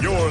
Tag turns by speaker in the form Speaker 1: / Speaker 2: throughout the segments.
Speaker 1: You're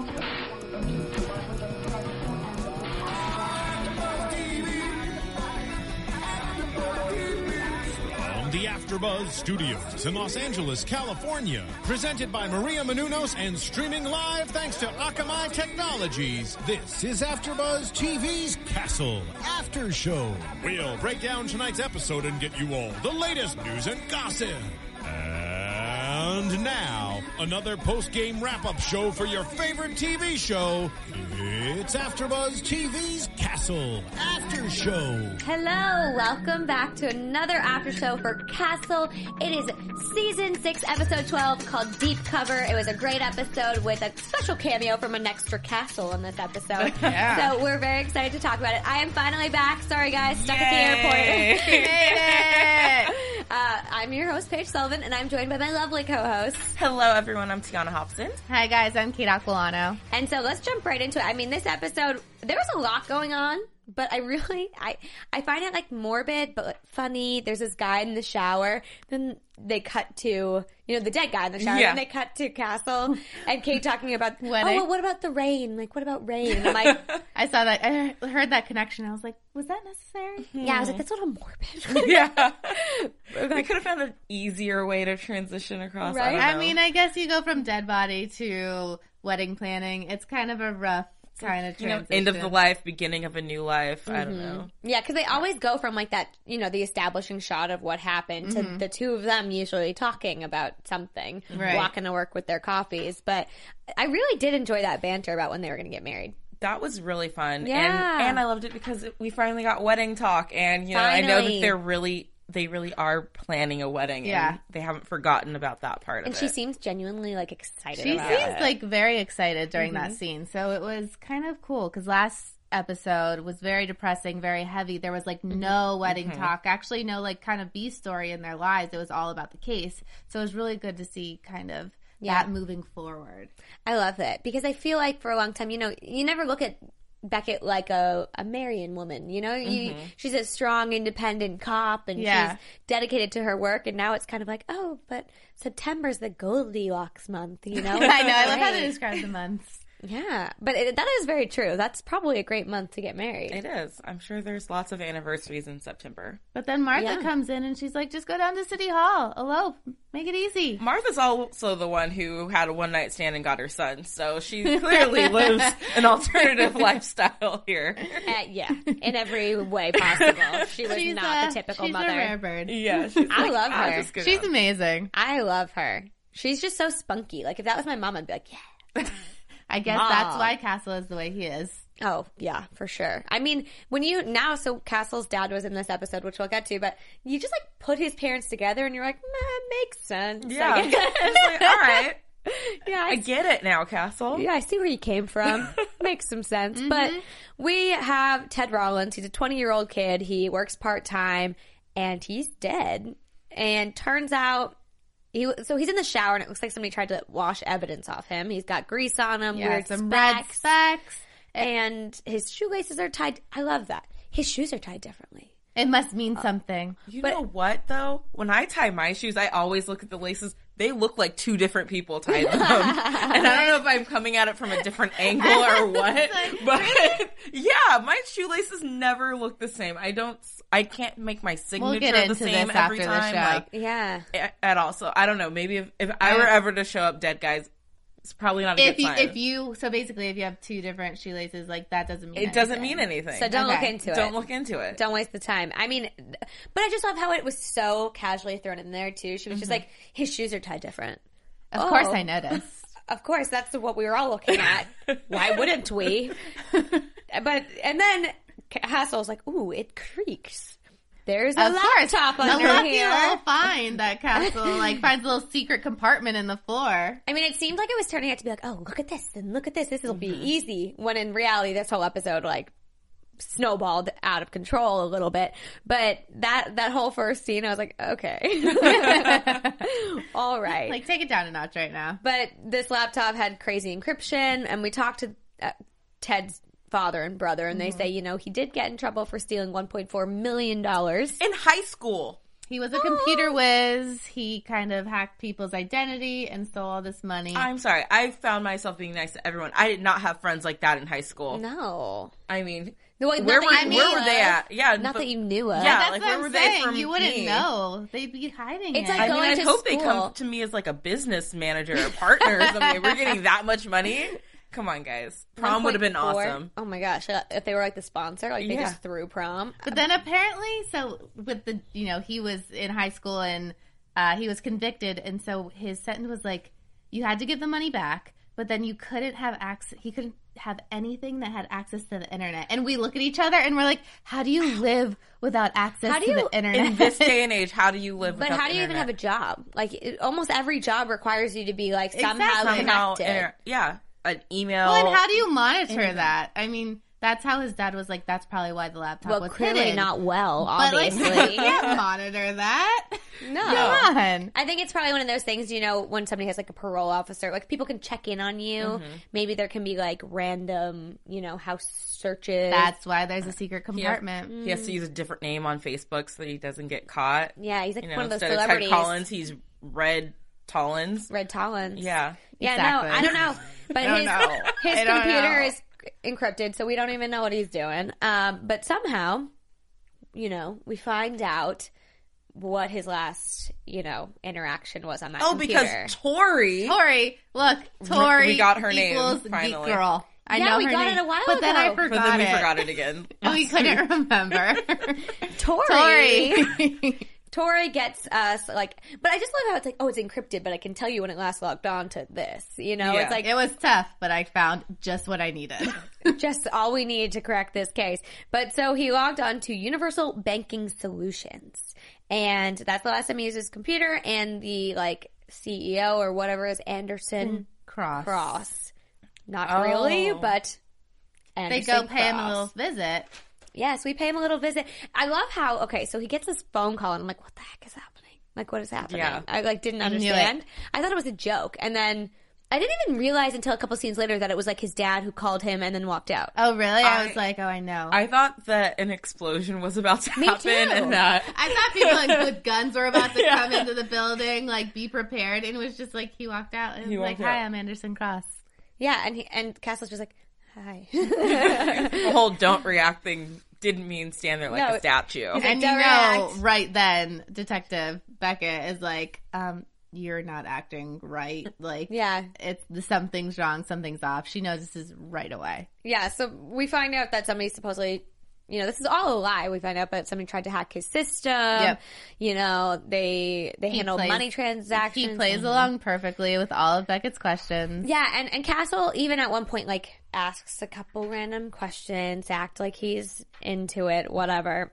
Speaker 2: From the AfterBuzz Studios in Los Angeles, California, presented by Maria Menounos and streaming live thanks to Akamai Technologies. This is AfterBuzz TV's Castle After Show. We'll break down tonight's episode and get you all the latest news and gossip. And now, another post-game wrap-up show for your favorite TV show. It's AfterBuzz TV's Castle After Show.
Speaker 3: Hello, welcome back to another after show for Castle. It is season six, episode 12 called Deep Cover. It was a great episode with a special cameo from an extra castle in this episode.
Speaker 4: Yeah.
Speaker 3: So we're very excited to talk about it. I am finally back. Sorry guys, stuck at the airport.
Speaker 4: Made it.
Speaker 3: uh, I'm your host, Paige Sullivan, and I'm joined by my lovely co-host.
Speaker 4: Hello, everyone. I'm Tiana Hobson.
Speaker 5: Hi guys, I'm Kate Aquilano.
Speaker 3: And so let's jump right into it. I mean, this episode, there was a lot going on, but I really, I, I find it like morbid, but like, funny. There's this guy in the shower. Then they cut to, you know, the dead guy in the shower.
Speaker 4: Yeah.
Speaker 3: Then they cut to Castle and Kate talking about,
Speaker 5: Wedding.
Speaker 3: oh, well, what about the rain? Like, what about rain? And I'm like,
Speaker 5: I saw that, I heard that connection. I was like, was that necessary?
Speaker 3: yeah, I was like, that's a little morbid.
Speaker 4: Yeah. we could have found an easier way to transition across.
Speaker 3: Right?
Speaker 4: I, don't
Speaker 5: I
Speaker 4: know.
Speaker 5: mean, I guess you go from dead body to wedding planning. It's kind of a rough kind of
Speaker 4: you know, end
Speaker 5: transition.
Speaker 4: of the life, beginning of a new life. I don't know.
Speaker 3: yeah, because they always go from like that, you know, the establishing shot of what happened to the two of them usually talking about something,
Speaker 5: Mm-hmm. Right.
Speaker 3: walking to work with their coffees. But I really did enjoy that banter about when they were going to get married.
Speaker 4: That was really fun.
Speaker 3: Yeah.
Speaker 4: And, and I loved it because we finally got wedding talk. And, you know, I know
Speaker 3: Finally.
Speaker 4: that they're really, they really are planning a wedding.
Speaker 5: Yeah.
Speaker 4: And they haven't forgotten about that part
Speaker 3: And
Speaker 4: of
Speaker 3: she
Speaker 4: it.
Speaker 3: seems genuinely like excited.
Speaker 5: She
Speaker 3: about
Speaker 5: seems
Speaker 3: it.
Speaker 5: like very excited during
Speaker 4: Mm-hmm.
Speaker 5: that scene. So it was kind of cool because last episode was very depressing, very heavy. There was
Speaker 4: Mm-hmm.
Speaker 5: like no wedding talk, actually, no like kind of B story in their lives. It was all about the case. So it was really good to see kind of
Speaker 3: Yeah.
Speaker 5: that moving forward.
Speaker 3: I love it because I feel like for a long time, you know, you never look at Beckett like a, a Marion woman. You know, you, she's a strong, independent cop, and
Speaker 5: Mm-hmm. Yeah.
Speaker 3: she's dedicated to her work. And now it's kind of like, oh, but September's the Goldilocks month. You know,
Speaker 5: I know. I love how
Speaker 3: Right.
Speaker 5: they describe the months.
Speaker 3: Yeah, but it, that is very true. That's probably a great month to get married.
Speaker 4: It is. I'm sure there's lots of anniversaries in September.
Speaker 5: But then Martha
Speaker 3: Yeah.
Speaker 5: comes in and she's like, just go down to City Hall, elope, make it easy.
Speaker 4: Martha's also the one who had a one night stand and got her son, so she clearly lives an alternative lifestyle here.
Speaker 3: Uh, yeah, in every way possible. She was not the typical
Speaker 5: she's
Speaker 3: mother.
Speaker 5: a rare bird.
Speaker 4: Yeah, she's
Speaker 3: I love her.
Speaker 5: She's amazing.
Speaker 3: I love her. She's just so spunky. Like if that was my mom, I'd be like, yeah.
Speaker 5: I guess
Speaker 3: Mom.
Speaker 5: that's why Castle is the way he is.
Speaker 3: Oh yeah, for sure. I mean, when you now, so Castle's dad was in this episode, which we'll get to, but you just like put his parents together, and you're like, "Mm, that makes sense.
Speaker 4: yeah.
Speaker 3: I guess.
Speaker 4: It's like, all right,
Speaker 3: yeah,
Speaker 4: I get it now, Castle.
Speaker 3: Yeah, I see where you came from. Makes some sense.
Speaker 5: Mm-hmm.
Speaker 3: But we have Ted Rollins. He's a 20 year old kid. He works part time and he's dead. And turns out, he so he's in the shower and it looks like somebody tried to wash evidence off him. He's got grease on him,
Speaker 5: Yeah,
Speaker 3: weird
Speaker 5: some red
Speaker 3: specks,
Speaker 5: specks.
Speaker 3: and his shoelaces are tied. I love that. His shoes are tied differently.
Speaker 5: It must mean
Speaker 3: Uh,
Speaker 5: something.
Speaker 4: You know what though? When I tie my shoes, I always look at the laces. They look like two different people tied them, and I don't know if I'm coming at it from a different angle or what. But yeah, my shoelaces never look the same. I don't. I can't make my signature
Speaker 5: We'll get
Speaker 4: the
Speaker 5: into
Speaker 4: same
Speaker 5: this
Speaker 4: every
Speaker 5: after the
Speaker 4: time.
Speaker 5: show.
Speaker 4: Like,
Speaker 3: Yeah.
Speaker 4: a- at all. So I don't know. Maybe if, if I were ever to show up dead, guys, it's probably not a
Speaker 5: If
Speaker 4: good
Speaker 5: you,
Speaker 4: sign.
Speaker 5: if you, so basically, if you have two different shoelaces, like that doesn't mean
Speaker 4: it doesn't mean anything.
Speaker 3: So don't
Speaker 5: Okay.
Speaker 3: look into it.
Speaker 4: Don't look into it.
Speaker 3: Don't waste the time. I mean, th- but I just love how it was so casually thrown in there too. She was just like, his shoes are tied different.
Speaker 5: Mm-hmm. Of course,
Speaker 3: Oh.
Speaker 5: I noticed.
Speaker 3: Of course, that's what we were all looking at. Why wouldn't we? But and then Hassel's like, "Ooh, it creaks." There's a
Speaker 5: Of course.
Speaker 3: laptop
Speaker 5: A
Speaker 3: under
Speaker 5: lucky
Speaker 3: here.
Speaker 5: little find that Castle like finds a little secret compartment in the floor.
Speaker 3: I mean, it seemed like it was turning out to be like, "Oh, look at this, and look at this. This will be
Speaker 4: Mm-hmm.
Speaker 3: easy." When in reality, this whole episode like snowballed out of control a little bit. But that that whole first scene, I was like, "Okay, all right."
Speaker 5: Like, take it down a notch right now.
Speaker 3: But this laptop had crazy encryption, and we talked to uh, Ted's father and brother, and
Speaker 4: Mm-hmm.
Speaker 3: they say, you know, he did get in trouble for stealing $1.4 million.
Speaker 4: in high school.
Speaker 5: He was a
Speaker 3: Oh.
Speaker 5: computer whiz. He kind of hacked people's identity and stole all this money.
Speaker 4: I'm sorry. I found myself being nice to everyone. I did not have friends like that in high school.
Speaker 3: No.
Speaker 4: I mean,
Speaker 3: No, wait,
Speaker 4: where,
Speaker 3: not
Speaker 4: were,
Speaker 3: that you
Speaker 4: where
Speaker 3: knew
Speaker 4: were they
Speaker 3: of.
Speaker 4: at? Yeah,
Speaker 3: Not
Speaker 4: but-
Speaker 3: that you knew of.
Speaker 4: Yeah,
Speaker 5: That's
Speaker 4: like
Speaker 5: what
Speaker 4: where
Speaker 5: I'm
Speaker 4: were they
Speaker 5: saying.
Speaker 4: from
Speaker 5: you wouldn't
Speaker 4: me?
Speaker 5: know. They'd be hiding.
Speaker 3: It's
Speaker 5: it.
Speaker 3: like
Speaker 4: I mean,
Speaker 3: going
Speaker 4: I
Speaker 3: to
Speaker 4: hope they
Speaker 3: school.
Speaker 4: come to me as like a business manager or partner or something. We're getting that much money. Come on, guys. Prom would have been
Speaker 3: 1.4.
Speaker 4: awesome.
Speaker 3: Oh my gosh. uh, If they were like the sponsor, like they
Speaker 4: Yeah.
Speaker 3: just threw prom.
Speaker 5: But then apparently, so with the you know he was in high school and uh, he was convicted, and so his sentence was like you had to give the money back, but then you couldn't have access. He couldn't have anything that had access to the internet. And we look at each other and we're like, how do you live without access
Speaker 3: How do
Speaker 5: to
Speaker 3: you-
Speaker 5: the internet?
Speaker 4: In this day and age, how do you live?
Speaker 3: But
Speaker 4: without
Speaker 3: how
Speaker 4: the
Speaker 3: do you even have a
Speaker 4: internet?
Speaker 3: job? Like it, almost every job requires you to be like somehow
Speaker 5: Exactly.
Speaker 4: Somehow,
Speaker 3: connected.
Speaker 4: inter- yeah, an email.
Speaker 5: well, and how do you monitor that? I mean, that's how his dad was like. That's probably why the laptop
Speaker 3: well,
Speaker 5: was
Speaker 3: clearly
Speaker 5: hidden.
Speaker 3: not well,
Speaker 5: But like,
Speaker 3: obviously.
Speaker 5: you can't monitor that.
Speaker 3: no.
Speaker 4: Oh.
Speaker 5: Come on.
Speaker 3: I think it's probably one of those things, you know, when somebody has like a parole officer, like people can check in on you.
Speaker 4: Mm-hmm.
Speaker 3: Maybe there can be like random, you know, house searches.
Speaker 5: That's why there's a secret
Speaker 4: He has-
Speaker 5: compartment.
Speaker 4: He has to use a different name on Facebook so that he doesn't get caught.
Speaker 3: yeah, he's like
Speaker 4: You know,
Speaker 3: one of those
Speaker 4: instead of Ted
Speaker 3: celebrities.
Speaker 4: Collins, he's Red Tollins.
Speaker 3: Red Tollins.
Speaker 4: Yeah.
Speaker 3: Yeah, no,
Speaker 5: Exactly.
Speaker 3: I don't know. But
Speaker 4: don't
Speaker 3: his,
Speaker 4: know.
Speaker 3: his
Speaker 4: I don't
Speaker 3: computer
Speaker 4: know.
Speaker 3: is encrypted, so we don't even know what he's doing. Um, but somehow, you know, we find out what his last, you know, interaction was on that
Speaker 4: Oh,
Speaker 3: computer.
Speaker 4: because Tori.
Speaker 5: Tori, look, Tori.
Speaker 4: We got her name,
Speaker 5: equals
Speaker 4: finally.
Speaker 5: Geek girl. I
Speaker 3: Yeah,
Speaker 5: know
Speaker 3: we
Speaker 5: her
Speaker 3: got
Speaker 5: name,
Speaker 3: it a while
Speaker 5: but then I
Speaker 3: ago.
Speaker 5: forgot
Speaker 4: But then we
Speaker 5: it.
Speaker 4: forgot it again.
Speaker 5: And we couldn't remember.
Speaker 3: Tori.
Speaker 5: Tori.
Speaker 3: Tori gets us like, but I just love how it's like, oh, it's encrypted, but I can tell you when it last logged on to this. You know,
Speaker 4: Yeah.
Speaker 3: it's like
Speaker 5: it was tough, but I found just what I needed.
Speaker 3: just all we need to crack this case. But so he logged on to Universal Banking Solutions. And that's the last time he used his computer. And the like CEO or whatever is Anderson
Speaker 5: Cross.
Speaker 3: Cross. Not
Speaker 4: Oh.
Speaker 3: really, but
Speaker 5: They
Speaker 3: Anderson
Speaker 5: go pay him a
Speaker 3: Cross.
Speaker 5: little visit.
Speaker 3: Yes, we pay him a little visit. I love how okay, so he gets this phone call and I'm like, what the heck is happening? Like what is happening?
Speaker 4: Yeah.
Speaker 3: I like didn't
Speaker 5: knew it.
Speaker 3: understand. I thought it was a joke. And then I didn't even realize until a couple scenes later that it was like his dad who called him and then walked out.
Speaker 5: Oh, really? I, was
Speaker 4: I-
Speaker 5: like, oh, I know. I,
Speaker 4: I thought that an explosion was about to
Speaker 3: Me
Speaker 4: happen
Speaker 3: too.
Speaker 4: and that
Speaker 5: thought people like, with guns were about to come into the building, like be prepared, and it was just like he walked out and
Speaker 4: He
Speaker 5: was like,
Speaker 4: walked out.
Speaker 5: "Hi, I'm Anderson Cross."
Speaker 3: Yeah, and he, and Castle's just like, hi.
Speaker 4: the whole don't react thing didn't mean stand there like
Speaker 3: No,
Speaker 4: a statue.
Speaker 3: like,
Speaker 5: And you
Speaker 3: "Don't
Speaker 5: know,
Speaker 3: react."
Speaker 5: right then, Detective Beckett is like, um, "You're not acting right. Like,
Speaker 3: yeah.
Speaker 5: it's something's wrong, something's off." She notices right away.
Speaker 3: Yeah, so we find out that somebody supposedly, you know, this is all a lie. We find out that somebody tried to hack his system.
Speaker 5: Yep.
Speaker 3: You know, they they handle
Speaker 5: plays-
Speaker 3: money transactions.
Speaker 5: He plays along perfectly with all of Beckett's questions.
Speaker 3: Yeah, and, and Castle even at one point like asks a couple random questions, act like he's into it, whatever.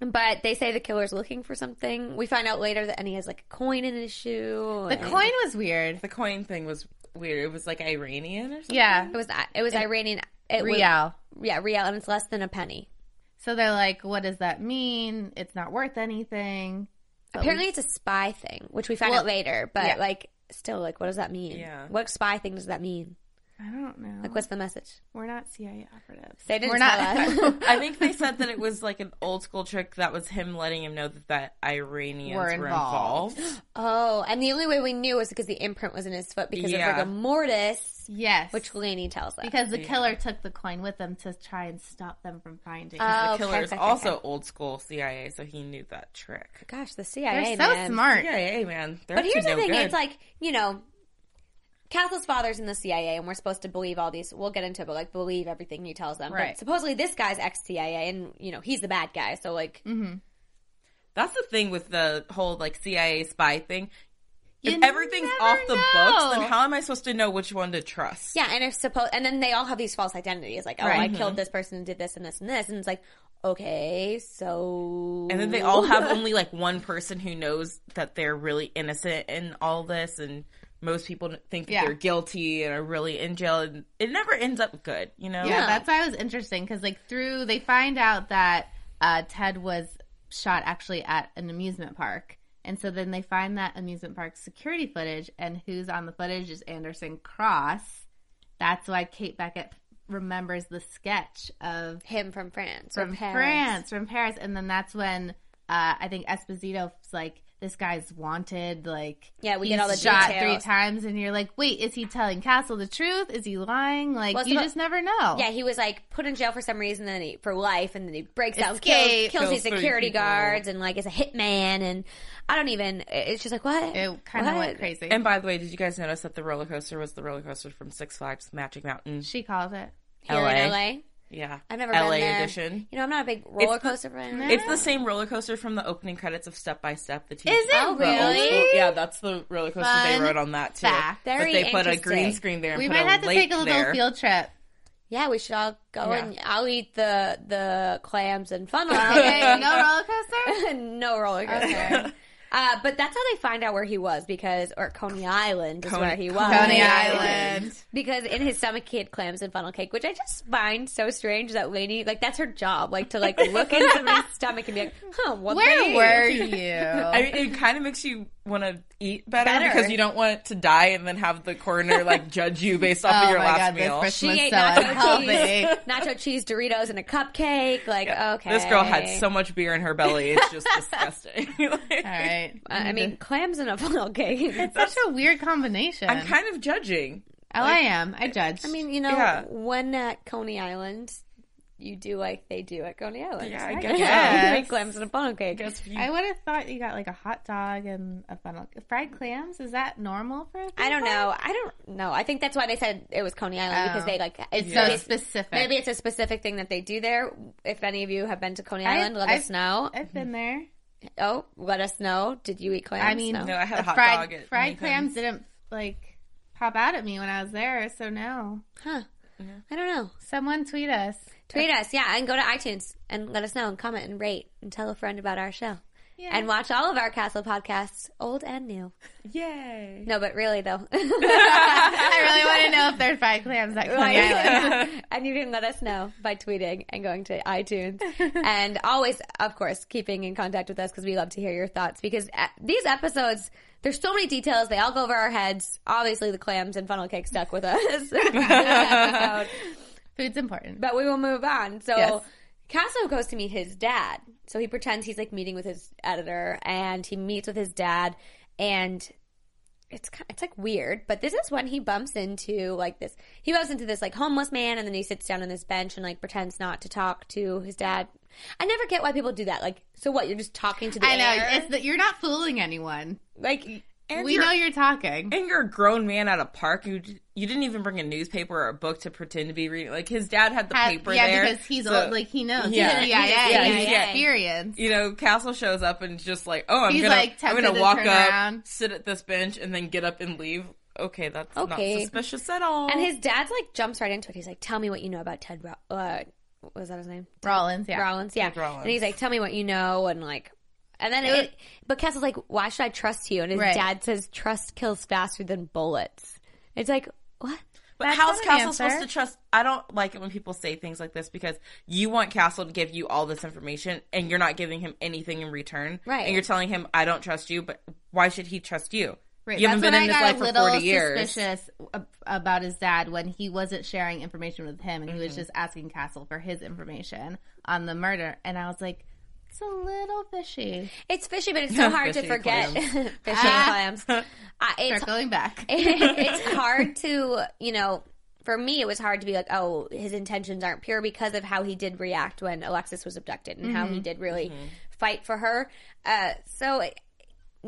Speaker 3: But they say the killer's looking for something. We find out later that and he has like a coin in his shoe.
Speaker 5: The
Speaker 3: and-
Speaker 5: coin was weird.
Speaker 4: The coin thing was weird. It was like Iranian or something.
Speaker 5: Yeah,
Speaker 3: it was it was Iranian it was-
Speaker 5: real.
Speaker 3: yeah, real, and it's less than a penny.
Speaker 5: So they're like, "What does that mean? It's not worth anything."
Speaker 3: Apparently, it's a spy thing, which we find
Speaker 5: Well,
Speaker 3: out later. But
Speaker 5: yeah.
Speaker 3: like, still, like, what does that mean?
Speaker 4: Yeah.
Speaker 3: What spy thing does that mean?
Speaker 5: I don't know.
Speaker 3: Like, what's the message?
Speaker 5: We're not CIA operatives.
Speaker 3: They didn't
Speaker 5: We're
Speaker 3: tell us.
Speaker 5: not-
Speaker 4: I think they said that it was like an old school trick that was him letting him know that, that Iranians
Speaker 5: Were
Speaker 4: were
Speaker 5: involved.
Speaker 4: involved.
Speaker 3: oh, and the only way we knew was because the imprint was in his foot because
Speaker 4: Yeah.
Speaker 3: of rigor mortis,
Speaker 5: Yes,
Speaker 3: which Laney tells us.
Speaker 5: because the killer took the coin with them to try and stop them from finding. it.
Speaker 3: Oh,
Speaker 4: The
Speaker 3: okay,
Speaker 4: killer is
Speaker 3: okay, okay,
Speaker 4: also
Speaker 3: okay.
Speaker 4: old school CIA, so he knew that trick.
Speaker 3: gosh, the
Speaker 5: they're
Speaker 3: CIA.
Speaker 5: so
Speaker 3: man.
Speaker 5: smart.
Speaker 4: CIA, man. They're
Speaker 3: But
Speaker 4: up to
Speaker 3: here's the
Speaker 4: no
Speaker 3: thing:
Speaker 4: good.
Speaker 3: it's like you know, Castle's father's in the CIA, and we're supposed to believe all these. We'll get into it, but like believe everything he tells them. But
Speaker 5: Right.
Speaker 3: supposedly this guy's ex CIA, and you know he's the bad guy. So like,
Speaker 4: That's the thing with the whole like CIA spy thing.
Speaker 5: You
Speaker 4: if everything's
Speaker 5: never
Speaker 4: off the
Speaker 5: know.
Speaker 4: books, then how am I supposed to know which one to trust?
Speaker 3: Yeah, and if suppose, and then they all have these false identities, like, oh, I
Speaker 4: Mm-hmm.
Speaker 3: killed this person and did this and this and this, and it's like, okay, so,
Speaker 4: And then they all have only like one person who knows that they're really innocent in all this, and most people think that
Speaker 5: Yeah.
Speaker 4: they're guilty and are really in jail, and it never ends up good, you know?
Speaker 5: Yeah, that's why it was interesting because like through they find out that uh, Ted was shot actually at an amusement park, and so then they find that amusement park security footage, and who's on the footage is Anderson Cross. That's why Kate Beckett remembers the sketch of
Speaker 3: Him from France. or
Speaker 5: from
Speaker 3: Paris.
Speaker 5: France, from Paris, and then that's when uh, I think Esposito's like, "This guy's wanted." Like,
Speaker 3: Yeah, we
Speaker 5: he's
Speaker 3: get all the
Speaker 5: shot
Speaker 3: details.
Speaker 5: three times, and you're like, "Wait, is he telling Castle the truth? Is he lying?" Like,
Speaker 3: Well, it's
Speaker 5: you
Speaker 3: about-
Speaker 5: just never know.
Speaker 3: Yeah, he was like put in jail for some reason, then he, for life, and then he breaks out, and kills,
Speaker 5: Escape.
Speaker 3: kills these
Speaker 4: Kills three
Speaker 3: security
Speaker 4: people.
Speaker 3: guards, and like is a hitman, and I don't even. It's just like what
Speaker 5: it kind of
Speaker 3: What?
Speaker 5: went crazy.
Speaker 4: And by the way, did you guys notice that the roller coaster was the roller coaster from Six Flags Magic Mountain?
Speaker 5: she calls it.
Speaker 3: Here
Speaker 4: LA.
Speaker 3: in LA.
Speaker 4: Yeah,
Speaker 3: I've never
Speaker 4: LA
Speaker 3: been there.
Speaker 4: edition.
Speaker 3: You know, I'm not a big roller
Speaker 4: It's the-
Speaker 3: coaster fan.
Speaker 4: It's the same roller coaster from the opening credits of Step by Step. The TV.
Speaker 5: Is it
Speaker 3: Oh,
Speaker 4: the old
Speaker 3: really?
Speaker 4: school- yeah, that's the roller coaster they
Speaker 5: Fun
Speaker 4: rode on that too.
Speaker 5: fact.
Speaker 4: But
Speaker 3: Very
Speaker 4: they put a green
Speaker 3: interesting.
Speaker 4: screen there. And
Speaker 5: We
Speaker 4: put
Speaker 5: might
Speaker 4: a
Speaker 5: have to
Speaker 4: lake
Speaker 5: take a little
Speaker 4: there.
Speaker 5: field trip.
Speaker 3: Yeah, we should all go
Speaker 4: Yeah.
Speaker 3: and I'll eat the the clams and funnel.
Speaker 5: Okay, no roller coaster.
Speaker 3: no roller coaster.
Speaker 5: Okay.
Speaker 3: Uh, but that's how they find out where he was because, or Coney Island is
Speaker 4: Coney-
Speaker 3: where he was.
Speaker 5: Coney
Speaker 4: Island.
Speaker 5: Island.
Speaker 3: Because in his stomach he had clams and funnel cake, which I just find so strange that Lainey, like that's her job, like to like look into somebody's stomach and be like, huh, what
Speaker 5: Where
Speaker 3: they
Speaker 5: were
Speaker 3: eat?
Speaker 5: you?
Speaker 4: I mean, it kind of makes you want to eat better,
Speaker 5: Better.
Speaker 4: because you don't want to die and then have the coroner like judge you based off of
Speaker 5: Oh
Speaker 4: your
Speaker 5: my
Speaker 4: last
Speaker 5: God, this
Speaker 4: meal.
Speaker 3: She
Speaker 5: person- was
Speaker 3: ate
Speaker 5: so
Speaker 3: nacho cheese,
Speaker 5: unhealthy.
Speaker 3: nacho cheese Doritos and a cupcake. Like, okay,
Speaker 4: This girl had so much beer in her belly; it's just disgusting. Like,
Speaker 5: All right.
Speaker 3: I I mean, clams and a funnel cake.
Speaker 5: Such a weird combination.
Speaker 4: I'm kind of judging.
Speaker 5: oh, I am. I judge.
Speaker 3: I mean, you know,
Speaker 4: Yeah.
Speaker 3: when at Coney Island, you do like they do at Coney Island.
Speaker 4: Yeah, I
Speaker 3: Like,
Speaker 4: guess.
Speaker 3: you make clams and a funnel cake.
Speaker 4: I guess you-
Speaker 5: I would have thought you got like a hot dog and a funnel. Fried clams? Is that normal for a
Speaker 3: I don't know. I don't know. I think that's why they said it was Coney Island because
Speaker 5: Oh.
Speaker 3: they like it's
Speaker 5: So
Speaker 3: maybe it's-
Speaker 5: specific.
Speaker 3: Maybe it's a specific thing that they do there. If any of you have been to Coney
Speaker 5: I-
Speaker 3: Island, let
Speaker 5: I-
Speaker 3: us know.
Speaker 5: I've been there.
Speaker 3: oh, let us know. Did you eat clams?
Speaker 5: Mm-hmm. I mean,
Speaker 4: No, I had a
Speaker 5: the
Speaker 4: hot
Speaker 5: fried,
Speaker 4: dog at
Speaker 5: fried
Speaker 4: Nathan's.
Speaker 5: clams didn't like pop out at me when I was there, so no.
Speaker 3: huh? I don't know.
Speaker 5: Someone tweet us.
Speaker 3: Tweet us, yeah, and go to iTunes and let us know and comment and rate and tell a friend about our show.
Speaker 5: Yeah.
Speaker 3: And watch all of our Castle podcasts, old and new.
Speaker 4: Yay!
Speaker 3: No, but really though.
Speaker 5: I really want to know if there's fried clams at Coney Island.
Speaker 3: and you can let us know by tweeting and going to iTunes. and always, of course, keeping in contact with us because we love to hear your thoughts because uh, these episodes, there's so many details. They all go over our heads. Obviously, the clams and funnel cake stuck with us. this episode.
Speaker 5: Food's important.
Speaker 3: But we will move on. So
Speaker 5: Yes.
Speaker 3: Casso goes to meet his dad. So he pretends he's like meeting with his editor and he meets with his dad and it's kind it's like weird, but this is when he bumps into like this he bumps into this like homeless man and then he sits down on this bench and like pretends not to talk to his dad. I never get why people do that. Like, so what? You're just talking to the
Speaker 5: I know.
Speaker 3: air?
Speaker 5: It's that you're not fooling anyone.
Speaker 3: like
Speaker 4: And
Speaker 5: we
Speaker 4: you're-
Speaker 5: know you're talking.
Speaker 4: and you're a grown man at a park. You d- you didn't even bring a newspaper or a book to pretend to be reading. Like his dad had the
Speaker 5: Uh,
Speaker 4: paper
Speaker 5: yeah,
Speaker 4: there,
Speaker 5: because he's
Speaker 4: so,
Speaker 5: old. Like he knows.
Speaker 4: Yeah.
Speaker 5: Yeah, he's yeah, yeah,
Speaker 4: Yeah,
Speaker 5: yeah,
Speaker 4: he's-
Speaker 5: He's
Speaker 4: yeah.
Speaker 5: experienced.
Speaker 4: you know, Castle shows up and just like, oh, I'm
Speaker 5: He's,
Speaker 4: gonna
Speaker 5: like,
Speaker 4: I'm
Speaker 5: tempted
Speaker 4: gonna
Speaker 5: to
Speaker 4: walk
Speaker 5: turn
Speaker 4: up,
Speaker 5: around.
Speaker 4: sit at this bench, and then get up and leave. Okay, that's
Speaker 3: Okay.
Speaker 4: not suspicious at all.
Speaker 3: and his dad's like jumps right into it. He's like, "Tell me what you know about Ted." Ro- uh, what was that his name?
Speaker 5: Rollins. Yeah.
Speaker 3: Rollins, Eh. yeah.
Speaker 4: Rollins.
Speaker 3: And he's like, "Tell me what you know," and like, and then it. But Castle's like, "Why should I trust you?" And his
Speaker 5: Right.
Speaker 3: dad says, "Trust kills faster than bullets." It's like, what?
Speaker 4: but
Speaker 5: that's
Speaker 4: how's
Speaker 5: not an
Speaker 4: Castle
Speaker 5: answer.
Speaker 4: supposed to trust? I don't like it when people say things like this because you want Castle to give you all this information and you're not giving him anything in return.
Speaker 3: Right.
Speaker 4: And you're telling him, I don't trust you, but why should he trust you?
Speaker 5: Right.
Speaker 4: You
Speaker 5: That's
Speaker 4: haven't
Speaker 5: when
Speaker 4: been
Speaker 5: I
Speaker 4: in his
Speaker 5: got
Speaker 4: life
Speaker 5: a
Speaker 4: for
Speaker 5: little
Speaker 4: 40 years.
Speaker 5: suspicious ab- about his dad when he wasn't sharing information with him, and he
Speaker 4: Mm-hmm.
Speaker 5: was just asking Castle for his information on the murder. And I was like, it's a little fishy.
Speaker 3: It's fishy, but it's so hard to
Speaker 4: Fishy
Speaker 3: forget.
Speaker 4: clams.
Speaker 3: fishy clams. Uh, it's
Speaker 5: Start going back.
Speaker 3: it's hard to you know. For me, it was hard to be like, oh, his intentions aren't pure because of how he did react when Alexis was abducted and how he did really fight for her. Uh, so it-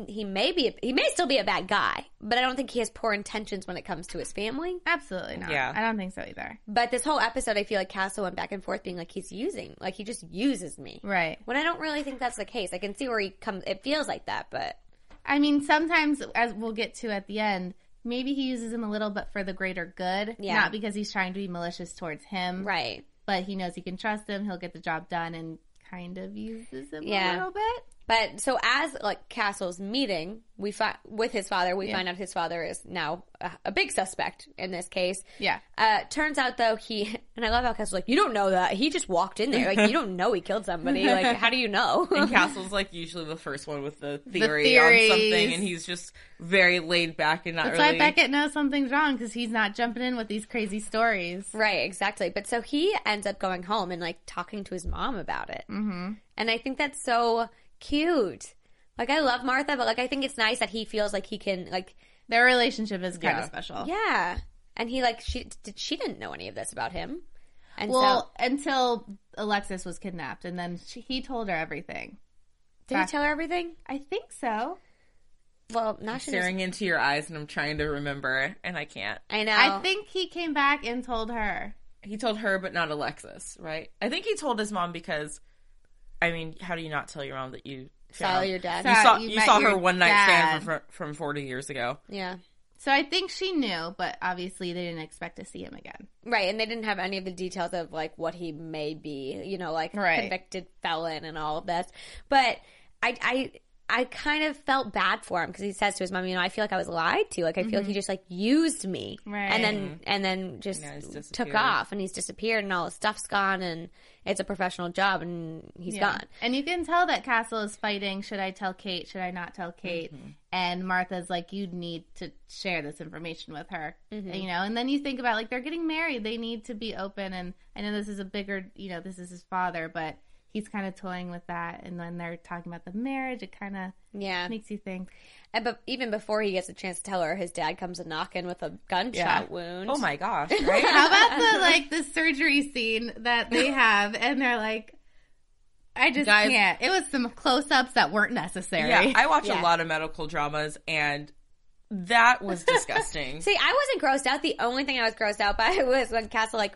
Speaker 3: he may be, he may still be a bad guy, but I don't think he has poor intentions when it comes to his family.
Speaker 5: Absolutely not.
Speaker 4: Yeah.
Speaker 5: I don't think so either.
Speaker 3: But this whole episode, I feel like Castle went back and forth, being like, he's using, like he just uses me.
Speaker 5: Right.
Speaker 3: When I don't really think that's the case. I can see where he comes. It feels like that, but
Speaker 5: I mean, sometimes, as we'll get to at the end, maybe he uses him a little, but for the greater good.
Speaker 3: Yeah.
Speaker 5: Not because he's trying to be malicious towards him.
Speaker 3: right.
Speaker 5: But he knows he can trust him. He'll get the job done and kind of uses him
Speaker 3: Yeah.
Speaker 5: a little bit.
Speaker 3: But so as like Castle's meeting, we fi- with his father, we find out his father is now a, a big suspect in this case.
Speaker 5: Yeah.
Speaker 3: Uh, turns out though he And I love how Castle's like, you don't know that. He just walked in there. Like, you don't know he killed somebody. Like, how do you know?
Speaker 4: And Castle's like usually the first one with the theory
Speaker 5: theories.
Speaker 4: on something, and he's just very laid back and not
Speaker 5: That's
Speaker 4: really.
Speaker 5: why Beckett knows something's wrong because he's not jumping in with these crazy stories.
Speaker 3: Right, exactly. But so he ends up going home and like talking to his mom about it. Mm-hmm. And I think that's so cute. Like I love Martha, but like I think it's nice that he feels like he can like
Speaker 5: Their relationship is kind
Speaker 4: Yeah.
Speaker 5: of special.
Speaker 3: yeah. And he like she did she didn't know any of this about him. And so
Speaker 5: Well, until Alexis was kidnapped, and then she, he told her everything.
Speaker 3: did he tell her everything?
Speaker 5: I think so.
Speaker 3: Well, not she knows-
Speaker 4: Staring into your eyes, and I'm trying to remember, and I can't.
Speaker 3: I know.
Speaker 5: I think he came back and told her.
Speaker 4: He told her, but not Alexis, right? I think he told his mom because, I mean, how do you not tell your mom that you
Speaker 3: saw
Speaker 4: found-
Speaker 3: your dad.
Speaker 4: You
Speaker 5: Saw-
Speaker 4: saw
Speaker 5: you
Speaker 4: you,
Speaker 5: met
Speaker 4: saw
Speaker 5: your
Speaker 4: her one night stand
Speaker 5: dad.
Speaker 4: from, from 40 years ago.
Speaker 3: yeah.
Speaker 5: So I think she knew, but obviously they didn't expect to see him again.
Speaker 3: Right, and they didn't have any of the details of like what he may be, you know, like
Speaker 5: Right.
Speaker 3: convicted felon and all of this. But I, I, I kind of felt bad for him because he says to his mom, you know, I feel like I was lied to. Like I feel like he just like used me,
Speaker 5: Right.
Speaker 3: and then and then just
Speaker 4: Yeah, he's
Speaker 3: took
Speaker 4: disappeared.
Speaker 3: off, and he's disappeared, and all his stuff's gone, and it's a professional job, and he's
Speaker 5: Yeah.
Speaker 3: gone.
Speaker 5: And you can tell that Castle is fighting. Should I tell Kate? Should I not tell Kate?
Speaker 4: Mm-hmm.
Speaker 5: And Martha's like, you need to share this information with her,
Speaker 4: Mm-hmm.
Speaker 5: you know. And then you think about like they're getting married. They need to be open. And I know this is a bigger, you know, this is his father, but he's kind of toying with that. And then they're talking about the marriage. It kind of
Speaker 3: Yeah,
Speaker 5: makes you think.
Speaker 3: and but even before he gets a chance to tell her, his dad comes a knocking with a gunshot
Speaker 4: Yeah.
Speaker 3: wound.
Speaker 4: Oh my gosh, right?
Speaker 5: How about the like the surgery scene that they have, and they're like, I just
Speaker 4: Guys-
Speaker 5: can't. It was some close ups that weren't necessary.
Speaker 4: yeah, I watch
Speaker 3: Yeah.
Speaker 4: a lot of medical dramas, and that was disgusting.
Speaker 3: See, I wasn't grossed out. The only thing I was grossed out by was when Castle like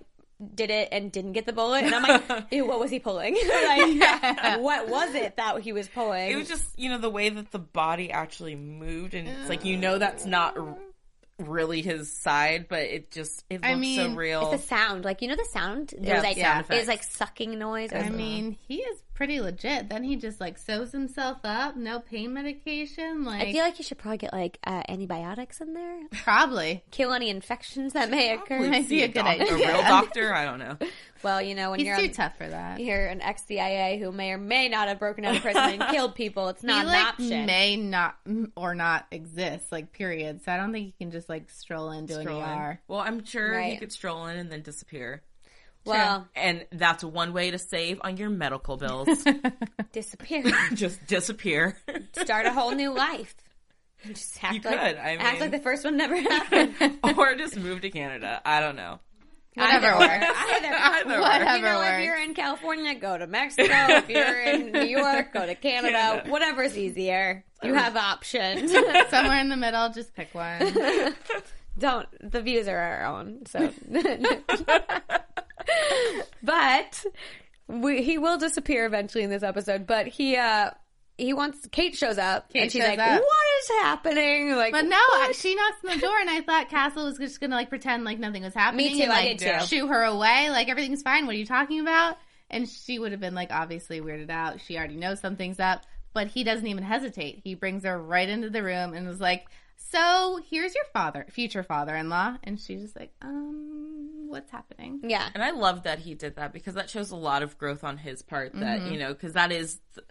Speaker 3: did it and didn't get the bullet, and I'm like, ew, what was he pulling? like, what was it that he was pulling?
Speaker 4: it was just you know the way that the body actually moved and it's like you know that's
Speaker 5: Mm.
Speaker 4: not r- really his side but it just it
Speaker 5: I
Speaker 4: looks so
Speaker 5: mean,
Speaker 4: real
Speaker 3: the sound, like you know, the sound. It
Speaker 4: Yeah,
Speaker 3: was like
Speaker 4: sound
Speaker 3: it was
Speaker 4: effects.
Speaker 3: like sucking noise. Or
Speaker 5: I
Speaker 3: something.
Speaker 5: mean, he is pretty legit. Then he just like sews himself up, no pain medication, like,
Speaker 3: I feel like you should probably get like uh, antibiotics in there,
Speaker 5: probably.
Speaker 3: kill any infections that may occur.
Speaker 4: Probably
Speaker 5: might be a good
Speaker 4: doc- a
Speaker 5: idea.
Speaker 4: real doctor i don't know
Speaker 3: Well, you know, when
Speaker 5: He's
Speaker 3: you're
Speaker 5: too
Speaker 3: on-
Speaker 5: tough for that.
Speaker 3: you're an ex CIA who may or may not have broken out of prison and killed people, it's not
Speaker 5: he
Speaker 3: an
Speaker 5: like
Speaker 3: option.
Speaker 5: may not m- or not exist, like period. So I don't think you can just like stroll into
Speaker 4: Stroll
Speaker 5: an
Speaker 4: in.
Speaker 5: ER.
Speaker 4: well i'm sure he
Speaker 3: Right.
Speaker 4: could stroll in and then disappear
Speaker 3: well,
Speaker 4: and that's one way to save on your medical bills
Speaker 3: disappear.
Speaker 4: just disappear
Speaker 3: start a whole new life. And Just act
Speaker 4: You
Speaker 3: like
Speaker 4: could, I
Speaker 3: act
Speaker 4: mean- Oh,
Speaker 3: like the first one never happened.
Speaker 4: or just move to canada i don't know
Speaker 5: Whatever
Speaker 3: Either,
Speaker 5: works.
Speaker 3: either.
Speaker 4: Either way.
Speaker 5: Whatever
Speaker 3: You know, if
Speaker 5: works.
Speaker 3: you're in California, go to Mexico. If you're in New York, go to Canada.
Speaker 4: Canada.
Speaker 3: Whatever's easier. You have options.
Speaker 5: Somewhere in the middle, just pick one.
Speaker 3: Don't the views are our own. So, but we, he will disappear eventually in this episode. But he uh he wants Kate shows up
Speaker 5: Kate
Speaker 3: and she's
Speaker 5: shows
Speaker 3: like,
Speaker 5: up.
Speaker 3: "What is happening?" Like,
Speaker 5: But no, I, she knocks on the door, and I thought Castle was just gonna like pretend like nothing was happening.
Speaker 3: too,
Speaker 5: and,
Speaker 3: I
Speaker 5: like,
Speaker 3: did too.
Speaker 5: Shoo her away, like everything's fine. What are you talking about? And she would have been like, obviously weirded out. She already knows something's up. But he doesn't even hesitate. He brings her right into the room and was like, "So here's your father, future father-in-law," and she's just like, "Um, what's happening?"
Speaker 3: yeah,
Speaker 4: And I love that he did that because that shows a lot of growth on his part. That
Speaker 5: Mm-hmm.
Speaker 4: you know, because that is, th-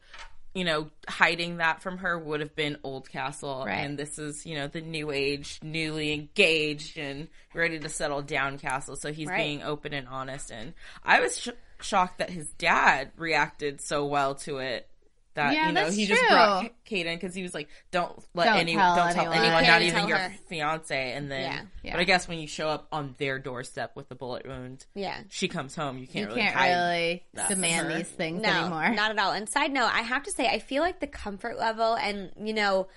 Speaker 4: you know, hiding that from her would have been old castle,
Speaker 5: Right.
Speaker 4: and this is you know the new age, newly engaged and ready to settle down castle. So he's
Speaker 3: Right.
Speaker 4: being open and honest. And I was sh- shocked that his dad reacted so well to it. That
Speaker 5: Yeah,
Speaker 4: you know
Speaker 5: that's
Speaker 4: he just
Speaker 5: true.
Speaker 4: brought K- Kate in because he was like, "Don't let
Speaker 5: Don't
Speaker 4: any,
Speaker 5: tell
Speaker 4: don't tell
Speaker 5: anyone.
Speaker 4: anyone,
Speaker 3: You
Speaker 4: not
Speaker 3: can't
Speaker 4: even
Speaker 3: tell
Speaker 4: your
Speaker 3: her.
Speaker 4: fiance." And then,
Speaker 3: Yeah.
Speaker 5: Yeah.
Speaker 4: but I guess when you show up on their doorstep with the bullet wound,
Speaker 3: yeah.
Speaker 4: she comes home. You can't
Speaker 5: You
Speaker 4: really
Speaker 5: can't
Speaker 4: hide.
Speaker 5: really
Speaker 4: that from
Speaker 5: demand
Speaker 4: her.
Speaker 5: these things
Speaker 3: no,
Speaker 5: anymore.
Speaker 3: Not at all. And side note, I have to say, I feel like the comfort level and, you know,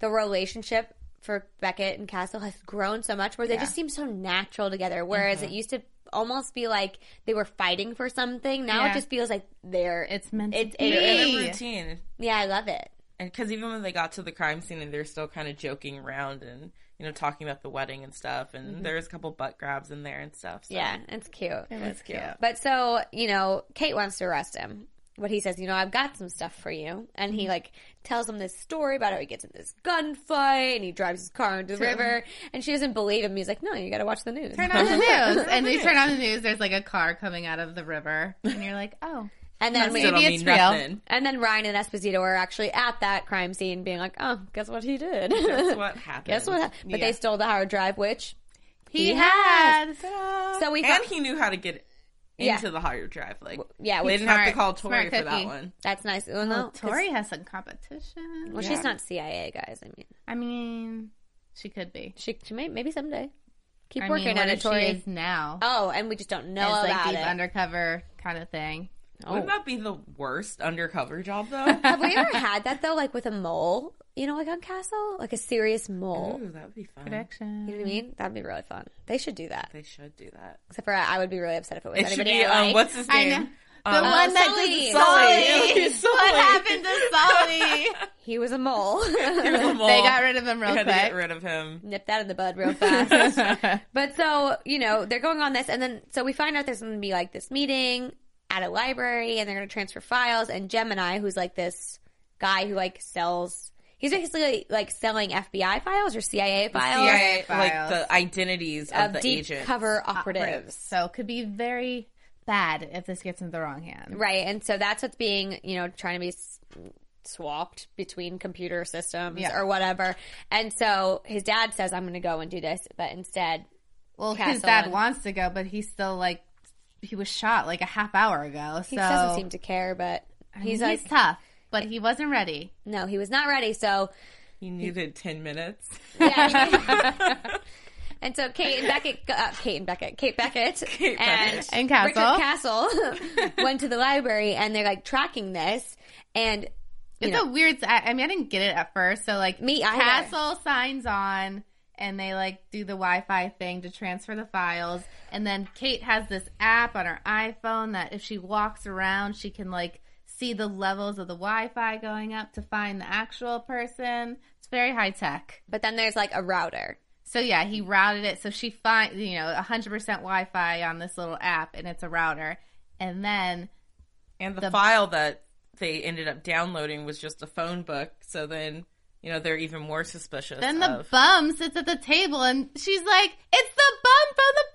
Speaker 3: the relationship for Beckett and Castle has grown so much where they just seem so natural together. Whereas
Speaker 5: Mm-hmm.
Speaker 3: it used to almost be like they were fighting for something. Now it
Speaker 5: Yeah.
Speaker 3: just feels like they're.
Speaker 5: it's meant to
Speaker 3: It's-
Speaker 5: be.
Speaker 3: it
Speaker 4: They're in
Speaker 3: Hey.
Speaker 4: a routine,
Speaker 3: yeah, I love it.
Speaker 4: and because even when they got to the crime scene, and they're still kind of joking around and you know talking about the wedding and stuff, and there's a couple butt grabs in there and stuff. So.
Speaker 3: Yeah, it's cute.
Speaker 5: It was cute.
Speaker 3: But so, you know, Kate wants to arrest him. But he says, you know, I've got some stuff for you. And
Speaker 5: Mm-hmm.
Speaker 3: he like tells him this story about how he gets in this gunfight and he drives his car into the river. And she doesn't believe him. He's like, no, you got to watch the news.
Speaker 5: Turn on the news, and they turn on the news. There's like a car coming out of the river, and you're like, oh,
Speaker 3: And then
Speaker 4: Still
Speaker 5: Maybe
Speaker 4: don't
Speaker 5: it's
Speaker 4: mean
Speaker 5: real.
Speaker 4: nothing.
Speaker 3: and then Ryan and Esposito are actually at that crime scene, being like, oh, guess what he did.
Speaker 4: That's what happened.
Speaker 3: Guess what? hap- But they stole the hard drive, which
Speaker 5: he,
Speaker 3: He
Speaker 5: had.
Speaker 3: so we
Speaker 4: And
Speaker 3: found,
Speaker 4: he knew how to get
Speaker 3: Yeah.
Speaker 4: into the higher drive. Like,
Speaker 3: yeah,
Speaker 4: they
Speaker 3: we,
Speaker 4: didn't have to call Tori
Speaker 5: Smart. Smart
Speaker 4: for that
Speaker 5: cookie.
Speaker 4: one.
Speaker 3: that's nice. Well, no, 'cause-
Speaker 5: Tori has some competition.
Speaker 3: well, she's not CIA, guys. I mean,
Speaker 5: I mean, she could be.
Speaker 3: she, she may maybe someday keep
Speaker 5: I
Speaker 3: working
Speaker 5: mean,
Speaker 3: on
Speaker 5: what
Speaker 3: it,
Speaker 5: if she
Speaker 3: Tori.
Speaker 5: is now.
Speaker 3: oh, and we just don't know
Speaker 5: It's like
Speaker 3: about
Speaker 5: these
Speaker 3: it.
Speaker 5: undercover kind of thing.
Speaker 3: Oh.
Speaker 4: Wouldn't that be the worst undercover job, though?
Speaker 3: Have we ever had that though? Like with a mole, you know, like on Castle, like a serious mole.
Speaker 4: Ooh, that would be fun.
Speaker 3: You know
Speaker 5: Production.
Speaker 3: what I mean? That'd be really fun. They should do that.
Speaker 4: They should do that.
Speaker 3: Except for I would be really upset if it was
Speaker 4: It should
Speaker 3: anybody
Speaker 4: be,
Speaker 3: I
Speaker 4: um,
Speaker 3: like.
Speaker 4: what's his
Speaker 5: I
Speaker 4: name?
Speaker 5: know.
Speaker 4: Um,
Speaker 5: the one that
Speaker 3: Sully.
Speaker 4: Sully. It'll
Speaker 5: did Sully.
Speaker 4: be Sully.
Speaker 5: What happened to Sully?
Speaker 3: he was a mole.
Speaker 5: they got rid of him real
Speaker 4: had to get
Speaker 5: quick.
Speaker 4: rid of him.
Speaker 3: nip that in the bud real fast. but so, you know, they're going on this and then so we find out there's gonna be like this meeting at a library and they're gonna transfer files and Gemini, who's like this guy who like sells he's basically like selling FBI files or CIA files
Speaker 4: CIA, like
Speaker 5: files.
Speaker 4: the identities of,
Speaker 3: of
Speaker 4: the
Speaker 3: deep
Speaker 4: agent.
Speaker 3: cover operatives.
Speaker 5: So it could be very bad if this gets in the wrong hands.
Speaker 3: Right. And so that's what's being, you know, trying to be s- swapped between computer systems
Speaker 5: Yeah.
Speaker 3: or whatever. And so his dad says, I'm going to go and do this. But instead,
Speaker 5: Well, his
Speaker 3: Castle
Speaker 5: dad
Speaker 3: and-
Speaker 5: wants to go, but he's still like he was shot like a half hour ago. So
Speaker 3: he doesn't seem to care, but he's
Speaker 5: he's,
Speaker 3: like,
Speaker 5: tough, but he wasn't ready.
Speaker 3: no, he was not ready. So,
Speaker 4: He needed 10 minutes.
Speaker 3: yeah. and so Kate and Beckett, go- uh, Kate and Beckett, Kate Beckett and,
Speaker 4: Beckett.
Speaker 5: And Castle.
Speaker 3: Richard Castle went to the library and they're like tracking this. And
Speaker 5: It's a weird. I I mean, I didn't get it at first. So like,
Speaker 3: Me either.
Speaker 5: Castle signs on, and they like do the Wi-Fi thing to transfer the files, and then Kate has this app on her iPhone that if she walks around, she can like see the levels of the Wi-Fi going up to find the actual person. It's very high tech.
Speaker 3: but then there's like a router.
Speaker 5: So yeah, he routed it. So she finds you know 100% Wi-Fi on this little app, and it's a router, and then.
Speaker 4: And the,
Speaker 5: The-
Speaker 4: file that they ended up downloading was just a phone book. So then, you know, they're even more suspicious.
Speaker 5: Then the
Speaker 4: of,
Speaker 5: bum sits at the table and she's like, "It's the bum from the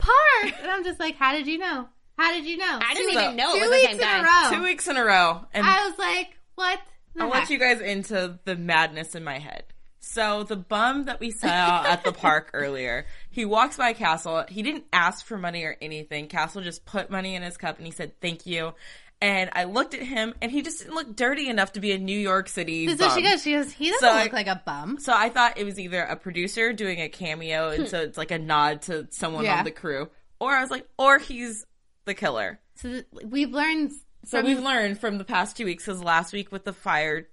Speaker 5: park," and I'm just like, "How did you know? How did you know?"
Speaker 3: I didn't
Speaker 4: Two-
Speaker 3: even know
Speaker 5: Two
Speaker 3: it was the
Speaker 5: weeks
Speaker 3: same
Speaker 5: in a
Speaker 3: guy.
Speaker 5: row.
Speaker 4: two weeks in a row. And
Speaker 5: I was like, "What?" the
Speaker 4: I want
Speaker 5: heck?"
Speaker 4: you guys into the madness in my head. So the bum that we saw at the park earlier, he walks by Castle. He didn't ask for money or anything. Castle just put money in his cup and he said, "Thank you." And I looked at him, and he just didn't look dirty enough to be a New York City.
Speaker 5: This is what she
Speaker 4: bum.
Speaker 5: goes. She goes, "He doesn't
Speaker 4: So I-
Speaker 5: look like a bum."
Speaker 4: So I thought it was either a producer doing a cameo, and so it's like a nod to someone
Speaker 5: Hmm. Yeah.
Speaker 4: on the crew, or I was like, or he's the killer.
Speaker 5: So th- we've learned
Speaker 4: So
Speaker 5: from
Speaker 4: we've learned from the past two weeks, because last week with the fire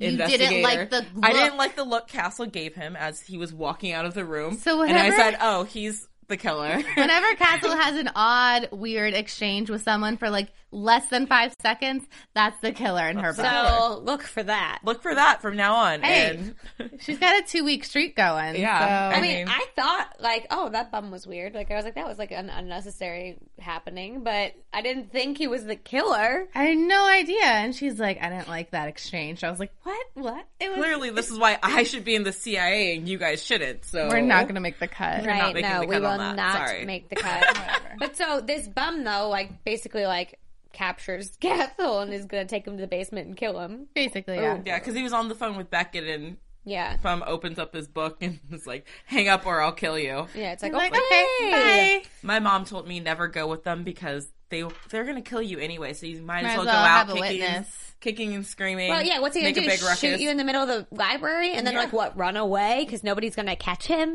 Speaker 5: You didn't
Speaker 4: investigator,
Speaker 5: like the
Speaker 4: I
Speaker 5: look.
Speaker 4: didn't like the look Castle gave him as he was walking out of the room.
Speaker 5: So
Speaker 4: and I
Speaker 5: whatever-
Speaker 4: said, oh, he's the killer.
Speaker 5: whenever Castle has an odd, weird exchange with someone for like less than five seconds, that's the killer in her book.
Speaker 3: So look for that.
Speaker 4: look for that from now on.
Speaker 5: Hey.
Speaker 4: And
Speaker 5: She's got a two week streak going.
Speaker 4: Yeah.
Speaker 5: so-
Speaker 3: I
Speaker 4: I
Speaker 3: mean,
Speaker 4: mean-
Speaker 3: I thought like, oh, that bum was weird. Like I was like, that was like an unnecessary happening, but I didn't think he was the killer.
Speaker 5: I had no idea. And she's like, I didn't like that exchange. I was like, what? What? It was.
Speaker 4: clearly, this is why I should be in the CIA and you guys shouldn't. So
Speaker 5: We're not going to make the cut.
Speaker 4: not
Speaker 3: Right?
Speaker 4: making
Speaker 3: No,
Speaker 4: the
Speaker 3: we
Speaker 4: cut
Speaker 3: will
Speaker 4: on that.
Speaker 3: not
Speaker 4: Sorry.
Speaker 3: make the cut. but so this bum though, like basically like captures Castle and is gonna take him to the basement and kill him.
Speaker 5: Basically, yeah.
Speaker 4: Oh, Yeah, because he was on the phone with Beckett and
Speaker 3: Yeah.
Speaker 4: Bum opens up his book and is like, hang up or I'll kill you.
Speaker 3: Yeah, it's like,
Speaker 5: Like, "Oh,
Speaker 3: okay,
Speaker 5: okay, bye.
Speaker 4: My mom told me never go with them because they they're gonna kill you anyway, so you might,
Speaker 5: Might
Speaker 4: as well,
Speaker 5: as well
Speaker 4: go out
Speaker 5: have a
Speaker 4: kicking, and-
Speaker 5: witness.
Speaker 4: kicking and screaming.
Speaker 3: Well, yeah. What's he gonna
Speaker 4: make
Speaker 3: do?
Speaker 4: a big ruckus?
Speaker 3: Shoot you in the middle of the library and then like what? Run away because nobody's gonna catch him.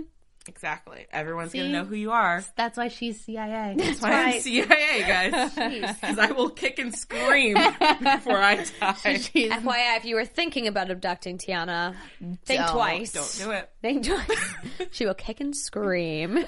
Speaker 4: Mm-hmm. exactly. Everyone's
Speaker 5: See?
Speaker 4: gonna know who you are.
Speaker 5: That's why she's CIA. That's
Speaker 4: Why I'm CIA, guys? Because I will kick and scream before I die.
Speaker 5: she's
Speaker 3: FYI, if you were thinking about abducting Tiana, think
Speaker 5: Don't.
Speaker 3: twice.
Speaker 4: Don't do it.
Speaker 3: Think twice. she will kick and scream.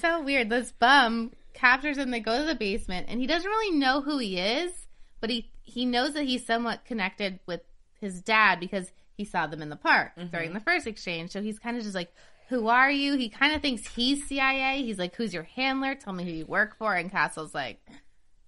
Speaker 5: so weird. This bum captures him. They go to the basement, and he doesn't really know who he is, but he he knows that he's somewhat connected with his dad because he saw them in the park
Speaker 4: Mm-hmm.
Speaker 5: during the first exchange. So he's kind of just like, "Who are you?" He kind of thinks he's CIA. He's like, "Who's your handler? Tell me who you work for." And Castle's like,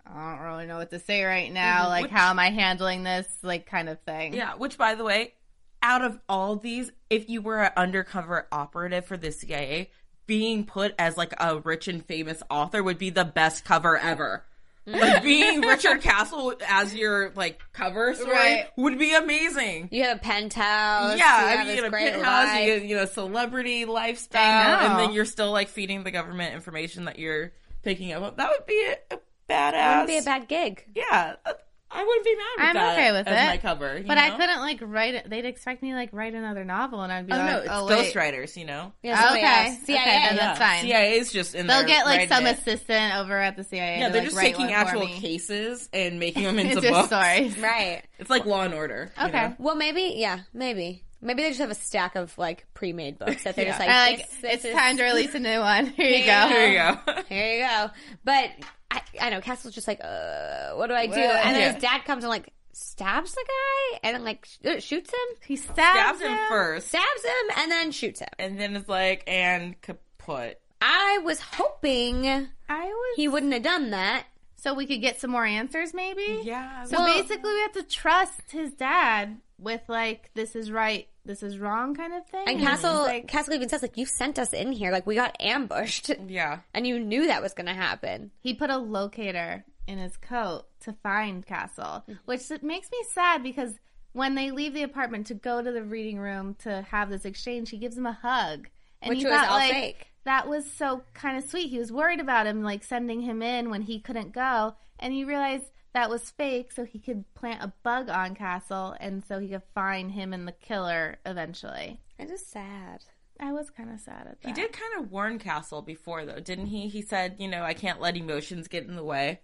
Speaker 5: I don't really know what to say right now. Like,
Speaker 4: Mm-hmm. Which-
Speaker 5: how am I handling this? Like, kind of thing.
Speaker 4: Yeah, which by the way, out of all these, if you were an undercover operative for the CIA, being put as like a rich and famous author would be the best cover ever.
Speaker 5: Mm.
Speaker 4: Like being Richard Castle as your like cover story
Speaker 5: Right.
Speaker 4: would be amazing.
Speaker 3: You have a penthouse. you
Speaker 4: yeah, I
Speaker 3: have
Speaker 4: mean,
Speaker 3: this
Speaker 4: you get a
Speaker 3: great
Speaker 4: penthouse,
Speaker 3: life.
Speaker 4: you get you know celebrity
Speaker 5: I
Speaker 4: lifestyle,
Speaker 5: know.
Speaker 4: and then you're still like feeding the government information that you're picking up. That would be a, a badass.
Speaker 3: Wouldn't be a bad gig.
Speaker 4: yeah, uh, I wouldn't be mad. With
Speaker 5: I'm
Speaker 4: that
Speaker 5: okay with
Speaker 4: as
Speaker 5: it.
Speaker 4: My cover, you
Speaker 5: But I
Speaker 4: know?
Speaker 5: couldn't like write it. They'd expect me like write another novel, and I'd be
Speaker 4: Oh
Speaker 5: like,
Speaker 4: no, it's
Speaker 5: oh, wait.
Speaker 4: ghostwriters, you know.
Speaker 3: Yeah, somebody
Speaker 5: Okay,
Speaker 3: else.
Speaker 5: okay,
Speaker 3: CIA.
Speaker 5: then that's fine.
Speaker 4: CIA's just in
Speaker 5: They'll
Speaker 4: there
Speaker 5: get like
Speaker 4: writing
Speaker 5: some
Speaker 4: it.
Speaker 5: assistant over at the CIA.
Speaker 4: Yeah,
Speaker 5: to,
Speaker 4: they're
Speaker 5: like,
Speaker 4: just
Speaker 5: write
Speaker 4: taking
Speaker 5: one for
Speaker 4: actual
Speaker 5: me.
Speaker 4: cases and making them into
Speaker 5: It's
Speaker 4: books.
Speaker 5: just stories.
Speaker 3: Right.
Speaker 4: It's like Law and Order. you
Speaker 5: Okay.
Speaker 4: know?
Speaker 3: Well, maybe. Yeah, maybe. Maybe they just have a stack of like pre-made books that they're just like,
Speaker 5: I like
Speaker 3: this- this
Speaker 5: it's
Speaker 3: is-
Speaker 5: time to release a new one. Here you
Speaker 3: Yeah.
Speaker 5: go.
Speaker 4: There you go.
Speaker 3: Here you go. But I, I know Castle's just like, uh, what do I do?
Speaker 5: Well,
Speaker 3: and then
Speaker 4: yeah.
Speaker 3: his dad comes and like stabs the guy and then like sh- uh, shoots him,
Speaker 5: He stabs,
Speaker 4: Stabs him first,
Speaker 3: stabs him, and then shoots him.
Speaker 4: and then it's like and kaput.
Speaker 3: I was hoping
Speaker 5: I was
Speaker 3: he wouldn't have done that.
Speaker 5: so we could get some more answers, maybe.
Speaker 4: Yeah.
Speaker 5: So basically, we have to trust his dad with like this is right, this is wrong kind of thing.
Speaker 3: And Castle, Castle even says like, you sent us in here, like we got ambushed,
Speaker 4: yeah.
Speaker 3: and you knew that was going to happen.
Speaker 5: He put a locator in his coat to find Castle,
Speaker 4: Mm-hmm.
Speaker 5: which it makes me sad because when they leave the apartment to go to the reading room to have this exchange, he gives him a hug. And
Speaker 3: Which
Speaker 5: he
Speaker 3: was
Speaker 5: thought,
Speaker 3: all
Speaker 5: like,
Speaker 3: fake.
Speaker 5: That was so kind of sweet. He was worried about him, like sending him in when he couldn't go, and he realized that was fake, so he could plant a bug on Castle, and so he could find him and the killer eventually.
Speaker 3: That is sad.
Speaker 5: I was kind of sad at that.
Speaker 4: He did kind of warn Castle before, though, didn't he? He said, you know, I can't let emotions get in the way.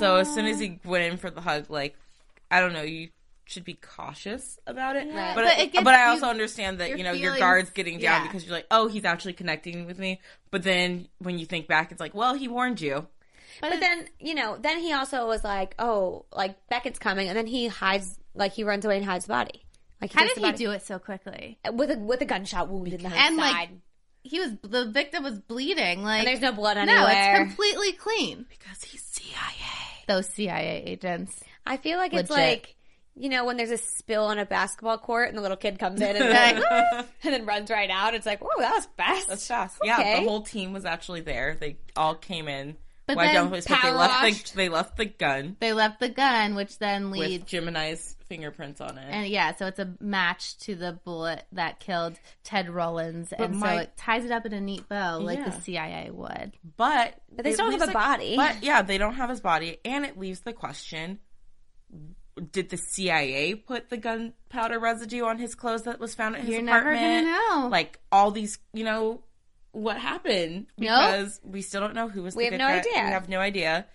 Speaker 4: So as soon as he went in for the hug, like, I don't know, you should be cautious about it.
Speaker 5: Yeah.
Speaker 4: But
Speaker 5: But
Speaker 4: I-
Speaker 5: it gets
Speaker 4: but I
Speaker 5: you-
Speaker 4: also understand that
Speaker 5: your
Speaker 4: you know your
Speaker 5: feelings-
Speaker 4: guard's getting down
Speaker 5: yeah.
Speaker 4: because you're like, oh, he's actually connecting with me. But then when you think back, it's like, well, he warned you.
Speaker 3: But, then, you know, then he also was like, oh, like Beckett's coming, and then he hides, like he runs away and hides the body. Like
Speaker 5: How
Speaker 3: takes
Speaker 5: did
Speaker 3: the
Speaker 5: he
Speaker 3: body-
Speaker 5: do it so quickly?
Speaker 3: with a with a gunshot wound in the head
Speaker 5: And like he was, the victim was bleeding. Like
Speaker 3: and there's no blood anywhere.
Speaker 5: No, it's completely clean.
Speaker 4: Because he's CIA.
Speaker 5: Those CIA agents.
Speaker 3: I feel like it's
Speaker 5: Legit.
Speaker 3: like you know when there's a spill on a basketball court and the little kid comes in and, like, and then runs right out. It's like, whoa, that was fast.
Speaker 4: That's fast. Yeah,
Speaker 3: Okay.
Speaker 4: the whole team was actually there. They all came in.
Speaker 5: But
Speaker 4: Wiped
Speaker 5: then
Speaker 4: out his face, but they
Speaker 3: power
Speaker 4: left
Speaker 3: washed.
Speaker 4: the they left the gun
Speaker 5: They left the gun, which then leads.
Speaker 4: with Gemini's fingerprints on it.
Speaker 5: and yeah, so it's a match to the bullet that killed Ted Rollins, and
Speaker 4: my-
Speaker 5: so it ties it up in a neat bow, like
Speaker 4: Yeah.
Speaker 5: the CIA would.
Speaker 4: But
Speaker 3: But they
Speaker 4: it
Speaker 3: still have
Speaker 4: leaves
Speaker 3: a body.
Speaker 4: But yeah, they don't have his body, and it leaves the question: Did the CIA put the gunpowder residue on his clothes that was found at his
Speaker 5: You're never
Speaker 4: apartment?
Speaker 5: gonna know.
Speaker 4: Like all these, you know, what happened? Because we still don't know who was.
Speaker 3: We
Speaker 4: the
Speaker 3: have
Speaker 4: good
Speaker 3: no
Speaker 4: guy.
Speaker 3: idea.
Speaker 4: We have no idea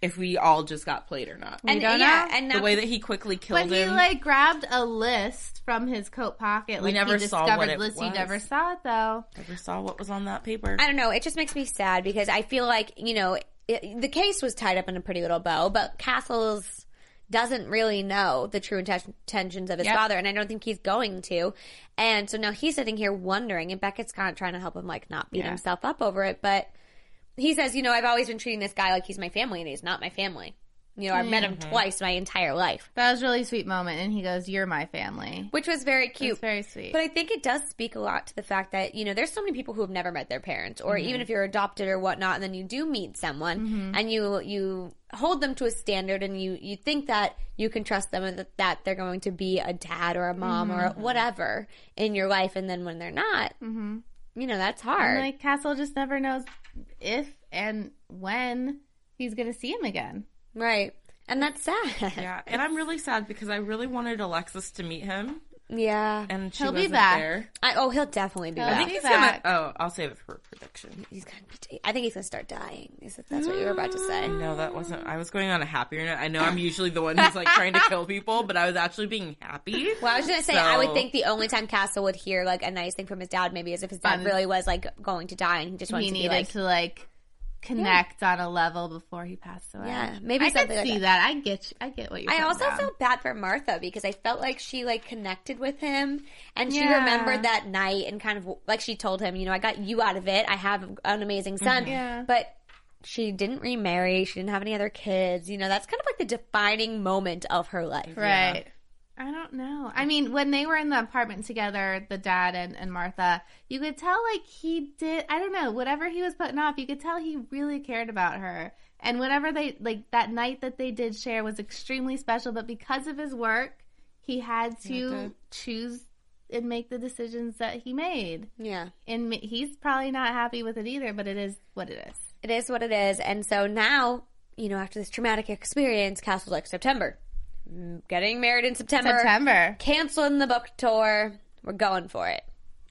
Speaker 4: if we all just got played or not.
Speaker 3: and
Speaker 5: don't
Speaker 3: yeah,
Speaker 5: know.
Speaker 3: and now
Speaker 4: the way that he quickly
Speaker 5: But
Speaker 4: killed
Speaker 5: he
Speaker 4: him.
Speaker 5: like grabbed a list from his coat pocket. Like
Speaker 4: never
Speaker 5: he
Speaker 4: saw
Speaker 5: discovered
Speaker 4: what it
Speaker 5: lists. You
Speaker 4: was.
Speaker 5: never saw it though.
Speaker 4: never saw what was on that paper.
Speaker 3: I don't know. It just makes me sad because I feel like you know it, the case was tied up in a pretty little bow, but Castles doesn't really know the true inten- intentions of his
Speaker 4: Yep.
Speaker 3: father, and I don't think he's going to. And so now he's sitting here wondering, and Beckett's kind of trying to help him, like not beat
Speaker 4: Yeah.
Speaker 3: himself up over it. But he says, you know, I've always been treating this guy like he's my family, and he's not my family. You know, I've met
Speaker 4: Mm-hmm.
Speaker 3: him twice my entire life,
Speaker 5: That was a really sweet moment, and he goes, "You're my family."
Speaker 3: which was very cute.
Speaker 5: It's very sweet.
Speaker 3: But I think it does speak a lot to the fact that, you know, there's so many people who have never met their parents, or even if you're adopted or whatnot, and then you do meet someone and you you hold them to a standard and you, you think that you can trust them and that, that they're going to be a dad or a mom or whatever in your life. And then when they're not, you know, that's hard.
Speaker 5: And, like Castle just never knows if and when he's gonna see him again.
Speaker 3: right. And that's sad. Yeah.
Speaker 4: yeah, and I'm really sad because I really wanted Alexis to meet him, and she
Speaker 5: He'll be
Speaker 4: wasn't
Speaker 5: back.
Speaker 4: there.
Speaker 3: I, oh, he'll definitely be
Speaker 5: He'll
Speaker 3: back.
Speaker 4: I
Speaker 5: be
Speaker 4: think he's
Speaker 5: back.
Speaker 4: gonna. Oh, I'll save it for prediction.
Speaker 3: He's gonna be, I think he's going to start dying. Is that- That's what you were about to say.
Speaker 4: No, that wasn't. I was going on a happier note. I know I'm usually the one who's like trying to kill people, but I was actually being happy.
Speaker 3: Well, I was gonna say I would
Speaker 4: So-
Speaker 3: think the only time Castle would hear like a nice thing from his dad maybe is if his dad
Speaker 5: Um,
Speaker 3: really was like going to die and he just wanted
Speaker 5: he
Speaker 3: to
Speaker 5: needed
Speaker 3: be like,
Speaker 5: to like connect on a level before he passed away.
Speaker 3: yeah, maybe
Speaker 5: I could
Speaker 3: something
Speaker 5: see
Speaker 3: like that.
Speaker 5: that. I get you. I get what you're.
Speaker 3: I
Speaker 5: putting
Speaker 3: also
Speaker 5: down.
Speaker 3: felt bad for Martha because I felt like she like connected with him and she
Speaker 5: Yeah.
Speaker 3: remembered that night and kind of like she told him, you know, I got you out of it. I have an amazing son,
Speaker 5: Mm-hmm. Yeah.
Speaker 3: but she didn't remarry. She didn't have any other kids. You know, that's kind of like the defining moment of her life.
Speaker 5: Right. I don't know. I mean, when they were in the apartment together, the dad and, and Martha, you could tell like he did, I don't know, whatever he was putting off, you could tell he really cared about her. And whatever they, like that night that they did share was extremely special, but because of his work, he had to choose and make the decisions that he made.
Speaker 3: Yeah.
Speaker 5: And ma- he's probably not happy with it either, but it is what it is.
Speaker 3: It is what it is. And so now, you know, after this traumatic experience, Castle's like, September. Mm, Getting married in September.
Speaker 5: September.
Speaker 3: Canceling the book tour. We're going for it.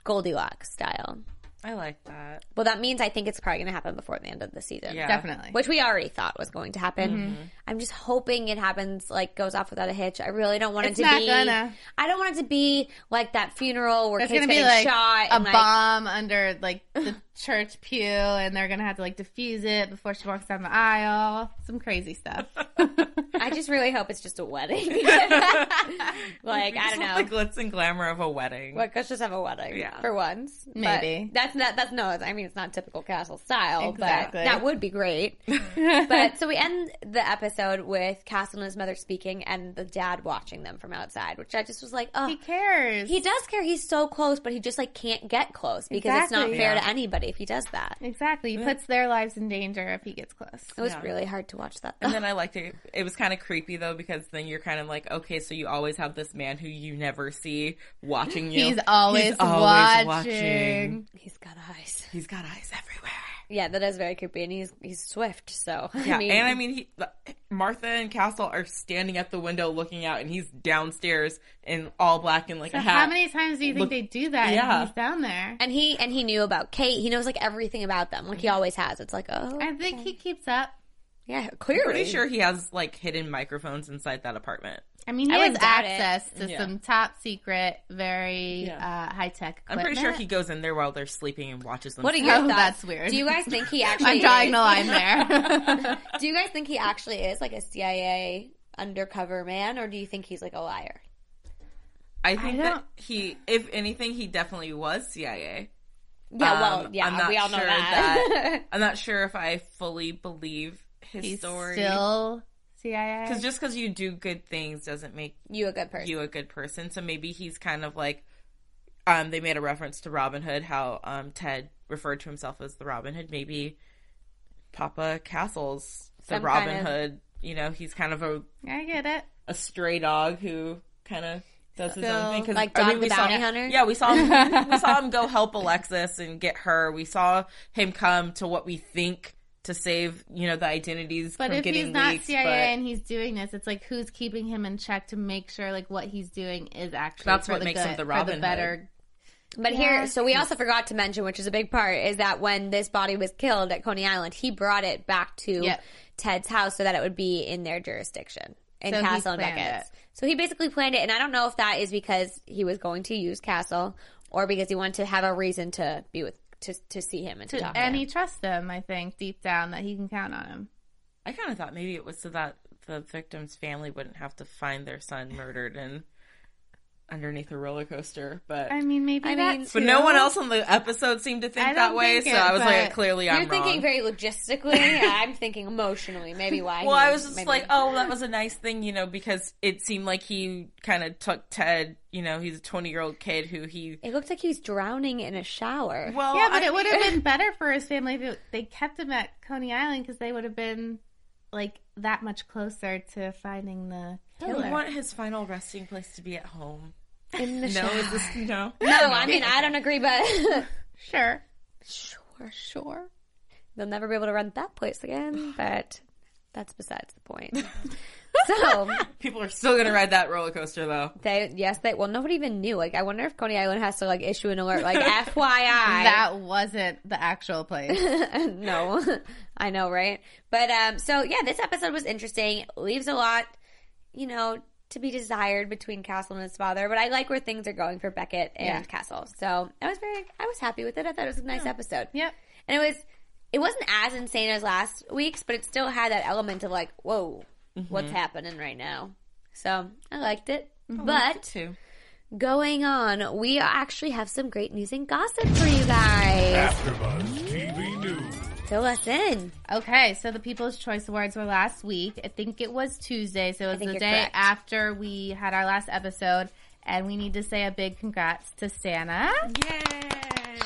Speaker 3: Goldilocks style.
Speaker 4: I like that.
Speaker 3: Well, that means I think it's probably going to happen before the end of the season.
Speaker 4: Yeah.
Speaker 5: Definitely. Mm-hmm.
Speaker 3: Which we already thought was going to happen. I'm just hoping it happens, like goes off without a hitch. I really don't want it
Speaker 5: It's
Speaker 3: to
Speaker 5: not
Speaker 3: be.
Speaker 5: gonna.
Speaker 3: I don't want it to be like that funeral where
Speaker 5: It's
Speaker 3: Kate's
Speaker 5: gonna be
Speaker 3: getting
Speaker 5: like
Speaker 3: shot
Speaker 5: a
Speaker 3: and like,
Speaker 5: bomb under like the church pew, and they're gonna have to like defuse it before she walks down the aisle. Some crazy stuff.
Speaker 3: I just really hope it's just a wedding. like I
Speaker 4: Just
Speaker 3: don't
Speaker 4: want
Speaker 3: know.
Speaker 4: The glitz and glamour of a wedding.
Speaker 3: Like, let's just have a wedding
Speaker 4: Yeah.
Speaker 3: for once. But
Speaker 5: Maybe.
Speaker 3: that's not that's no. I mean, it's not typical castle style,
Speaker 5: Exactly.
Speaker 3: but that would be great. but so we end the episode with Castle and his mother speaking, and the dad watching them from outside, which I just was like, oh.
Speaker 5: He
Speaker 3: He-
Speaker 5: cares.
Speaker 3: does care. He's so close, but he just like can't get close because it's not
Speaker 5: Exactly.
Speaker 3: fair
Speaker 4: Yeah.
Speaker 3: to anybody if he does that.
Speaker 5: exactly. He puts their lives in danger if he gets close.
Speaker 3: It was
Speaker 4: Yeah.
Speaker 3: really hard to watch that.
Speaker 4: And then I liked it. It was kind of creepy though, because then you're kind of like, okay, so you always have this man who you never see watching you.
Speaker 5: He's always, watching.
Speaker 4: always watching.
Speaker 3: he's got eyes.
Speaker 4: He's got eyes everywhere.
Speaker 3: Yeah, that is very creepy, and he's he's swift. So
Speaker 4: Yeah, and I mean, he, Martha and Castle are standing at the window looking out, and he's downstairs in all black and like
Speaker 5: So
Speaker 4: a hat.
Speaker 5: how many times do you think
Speaker 4: Look-
Speaker 5: they do that?
Speaker 4: Yeah.
Speaker 5: And he's down there.
Speaker 3: and he and he knew about Kate. He knows like everything about them, like he always has. It's like oh,
Speaker 5: I think he keeps up.
Speaker 3: Yeah,
Speaker 4: I'm
Speaker 3: clearly.
Speaker 4: pretty sure he has like hidden microphones inside that apartment.
Speaker 5: I mean,
Speaker 3: I
Speaker 5: he has
Speaker 3: wouldn't doubt it.
Speaker 5: access to
Speaker 4: Yeah.
Speaker 5: some top secret, very
Speaker 4: Yeah.
Speaker 5: uh, high tech.
Speaker 4: I'm pretty sure he goes in there while they're sleeping and watches them.
Speaker 3: What are
Speaker 4: sleep.
Speaker 3: your
Speaker 5: Oh,
Speaker 3: thoughts?
Speaker 5: that's weird.
Speaker 3: Do you guys think he actually?
Speaker 5: I'm drawing
Speaker 3: is,
Speaker 5: the line there.
Speaker 3: Do you guys think he actually is like a CIA undercover man, or do you think he's like a liar?
Speaker 4: I think
Speaker 5: I
Speaker 4: that
Speaker 5: don't-
Speaker 4: he, if anything, he definitely was CIA.
Speaker 3: Yeah, well,
Speaker 4: Um,
Speaker 3: yeah,
Speaker 4: I'm not
Speaker 3: we all know
Speaker 4: sure
Speaker 3: that.
Speaker 4: I'm not sure if I fully believe his
Speaker 5: he's
Speaker 4: story.
Speaker 5: still CIA.
Speaker 4: because just because you do good things doesn't make
Speaker 3: you a good person?
Speaker 4: you a good person. So maybe he's kind of like, um, they made a reference to Robin Hood, how um Ted referred to himself as the Robin Hood. Maybe Papa Castle's the
Speaker 3: Some
Speaker 4: Robin
Speaker 3: kind of-
Speaker 4: Hood. You know, he's kind of a
Speaker 5: I get it.
Speaker 4: a stray dog who kind of does his own
Speaker 5: So,
Speaker 4: thing. 'Cause,
Speaker 3: like
Speaker 4: I
Speaker 3: Dog
Speaker 4: mean,
Speaker 3: the
Speaker 4: we
Speaker 3: Bounty
Speaker 4: saw,
Speaker 3: Hunter?
Speaker 4: Yeah, we saw him, we saw him go help Alexis and get her. We saw him come to what we think to save, you know, the identities
Speaker 5: But
Speaker 4: from
Speaker 5: if
Speaker 4: getting
Speaker 5: he's not
Speaker 4: leaked,
Speaker 5: CIA
Speaker 4: but
Speaker 5: and he's doing this, it's like who's keeping him in check to make sure like what he's doing is actually
Speaker 4: That's
Speaker 5: for
Speaker 4: what
Speaker 5: the
Speaker 4: makes him
Speaker 5: good-
Speaker 4: the
Speaker 5: for
Speaker 4: Robin Hood.
Speaker 5: better.
Speaker 3: But here, so we also forgot to mention, which is a big part, is that when this body was killed at Coney Island, he brought it back to
Speaker 5: Yep.
Speaker 3: Ted's house so that it would be in their jurisdiction in
Speaker 5: So he
Speaker 3: Castle and
Speaker 5: planned
Speaker 3: Beckett's.
Speaker 5: it.
Speaker 3: So he basically planned it, and I don't know if that is because he was going to use Castle or because he wanted to have a reason to be with to to see him and to, talk to
Speaker 5: and
Speaker 3: him.
Speaker 5: he trusts them, I think, deep down that he can count on him.
Speaker 4: I kind of thought maybe it was so that the victim's family wouldn't have to find their son murdered and underneath a roller coaster, but.
Speaker 5: I mean, maybe
Speaker 3: I
Speaker 5: that
Speaker 3: mean-
Speaker 5: too.
Speaker 4: but no one else on the episode seemed to think
Speaker 5: I
Speaker 4: that
Speaker 5: don't
Speaker 4: way,
Speaker 5: think
Speaker 4: so
Speaker 5: it,
Speaker 4: I was like,
Speaker 5: but
Speaker 4: clearly
Speaker 3: You're
Speaker 4: I'm
Speaker 3: thinking
Speaker 4: wrong.
Speaker 3: very logistically. I'm thinking emotionally. Maybe why?
Speaker 4: Well,
Speaker 3: he-
Speaker 4: I was just
Speaker 3: maybe-
Speaker 4: like, oh, that was a nice thing, you know, because it seemed like he kind of took Ted, you know, he's a 20 year old kid who he.
Speaker 3: It looks like he's drowning in a shower.
Speaker 4: Well,
Speaker 5: Yeah, but
Speaker 4: I
Speaker 5: it would
Speaker 4: mean-
Speaker 5: have been better for his family if it, they kept him at Coney Island because they would have been like that much closer to finding the killer.
Speaker 4: I want his final resting place to be at home.
Speaker 3: in the
Speaker 4: No,
Speaker 3: shower.
Speaker 4: is this. No.
Speaker 3: No, I mean I don't agree, but
Speaker 5: Sure.
Speaker 3: Sure, sure. They'll never be able to rent that place again, but that's besides the point. so
Speaker 4: People are still going to ride that roller coaster, though.
Speaker 3: they, yes, they. Well, nobody even knew. Like, I wonder if Coney Island has to like issue an alert, like FYI.
Speaker 5: That wasn't the actual place.
Speaker 3: no, I know, right? But um, so yeah, this episode was interesting. Leaves a lot, you know, to be desired between Castle and his father. But I like where things are going for Beckett and
Speaker 5: Yeah.
Speaker 3: Castle. So I was very, I was happy with it. I thought it was a nice episode.
Speaker 5: yep.
Speaker 3: And it was it wasn't as insane as last week's, but it still had that element of like, whoa, what's happening right now? So I liked it. but
Speaker 4: Two.
Speaker 3: going on, we actually have some great news and gossip for you guys.
Speaker 1: AfterBuzz TV News.
Speaker 3: Fill us in.
Speaker 5: Okay, so the People's Choice Awards were last week. I think it was Tuesday, so it was
Speaker 3: think
Speaker 5: the
Speaker 3: you're
Speaker 5: day
Speaker 3: correct.
Speaker 5: after we had our last episode. And we need to say a big congrats to Santa.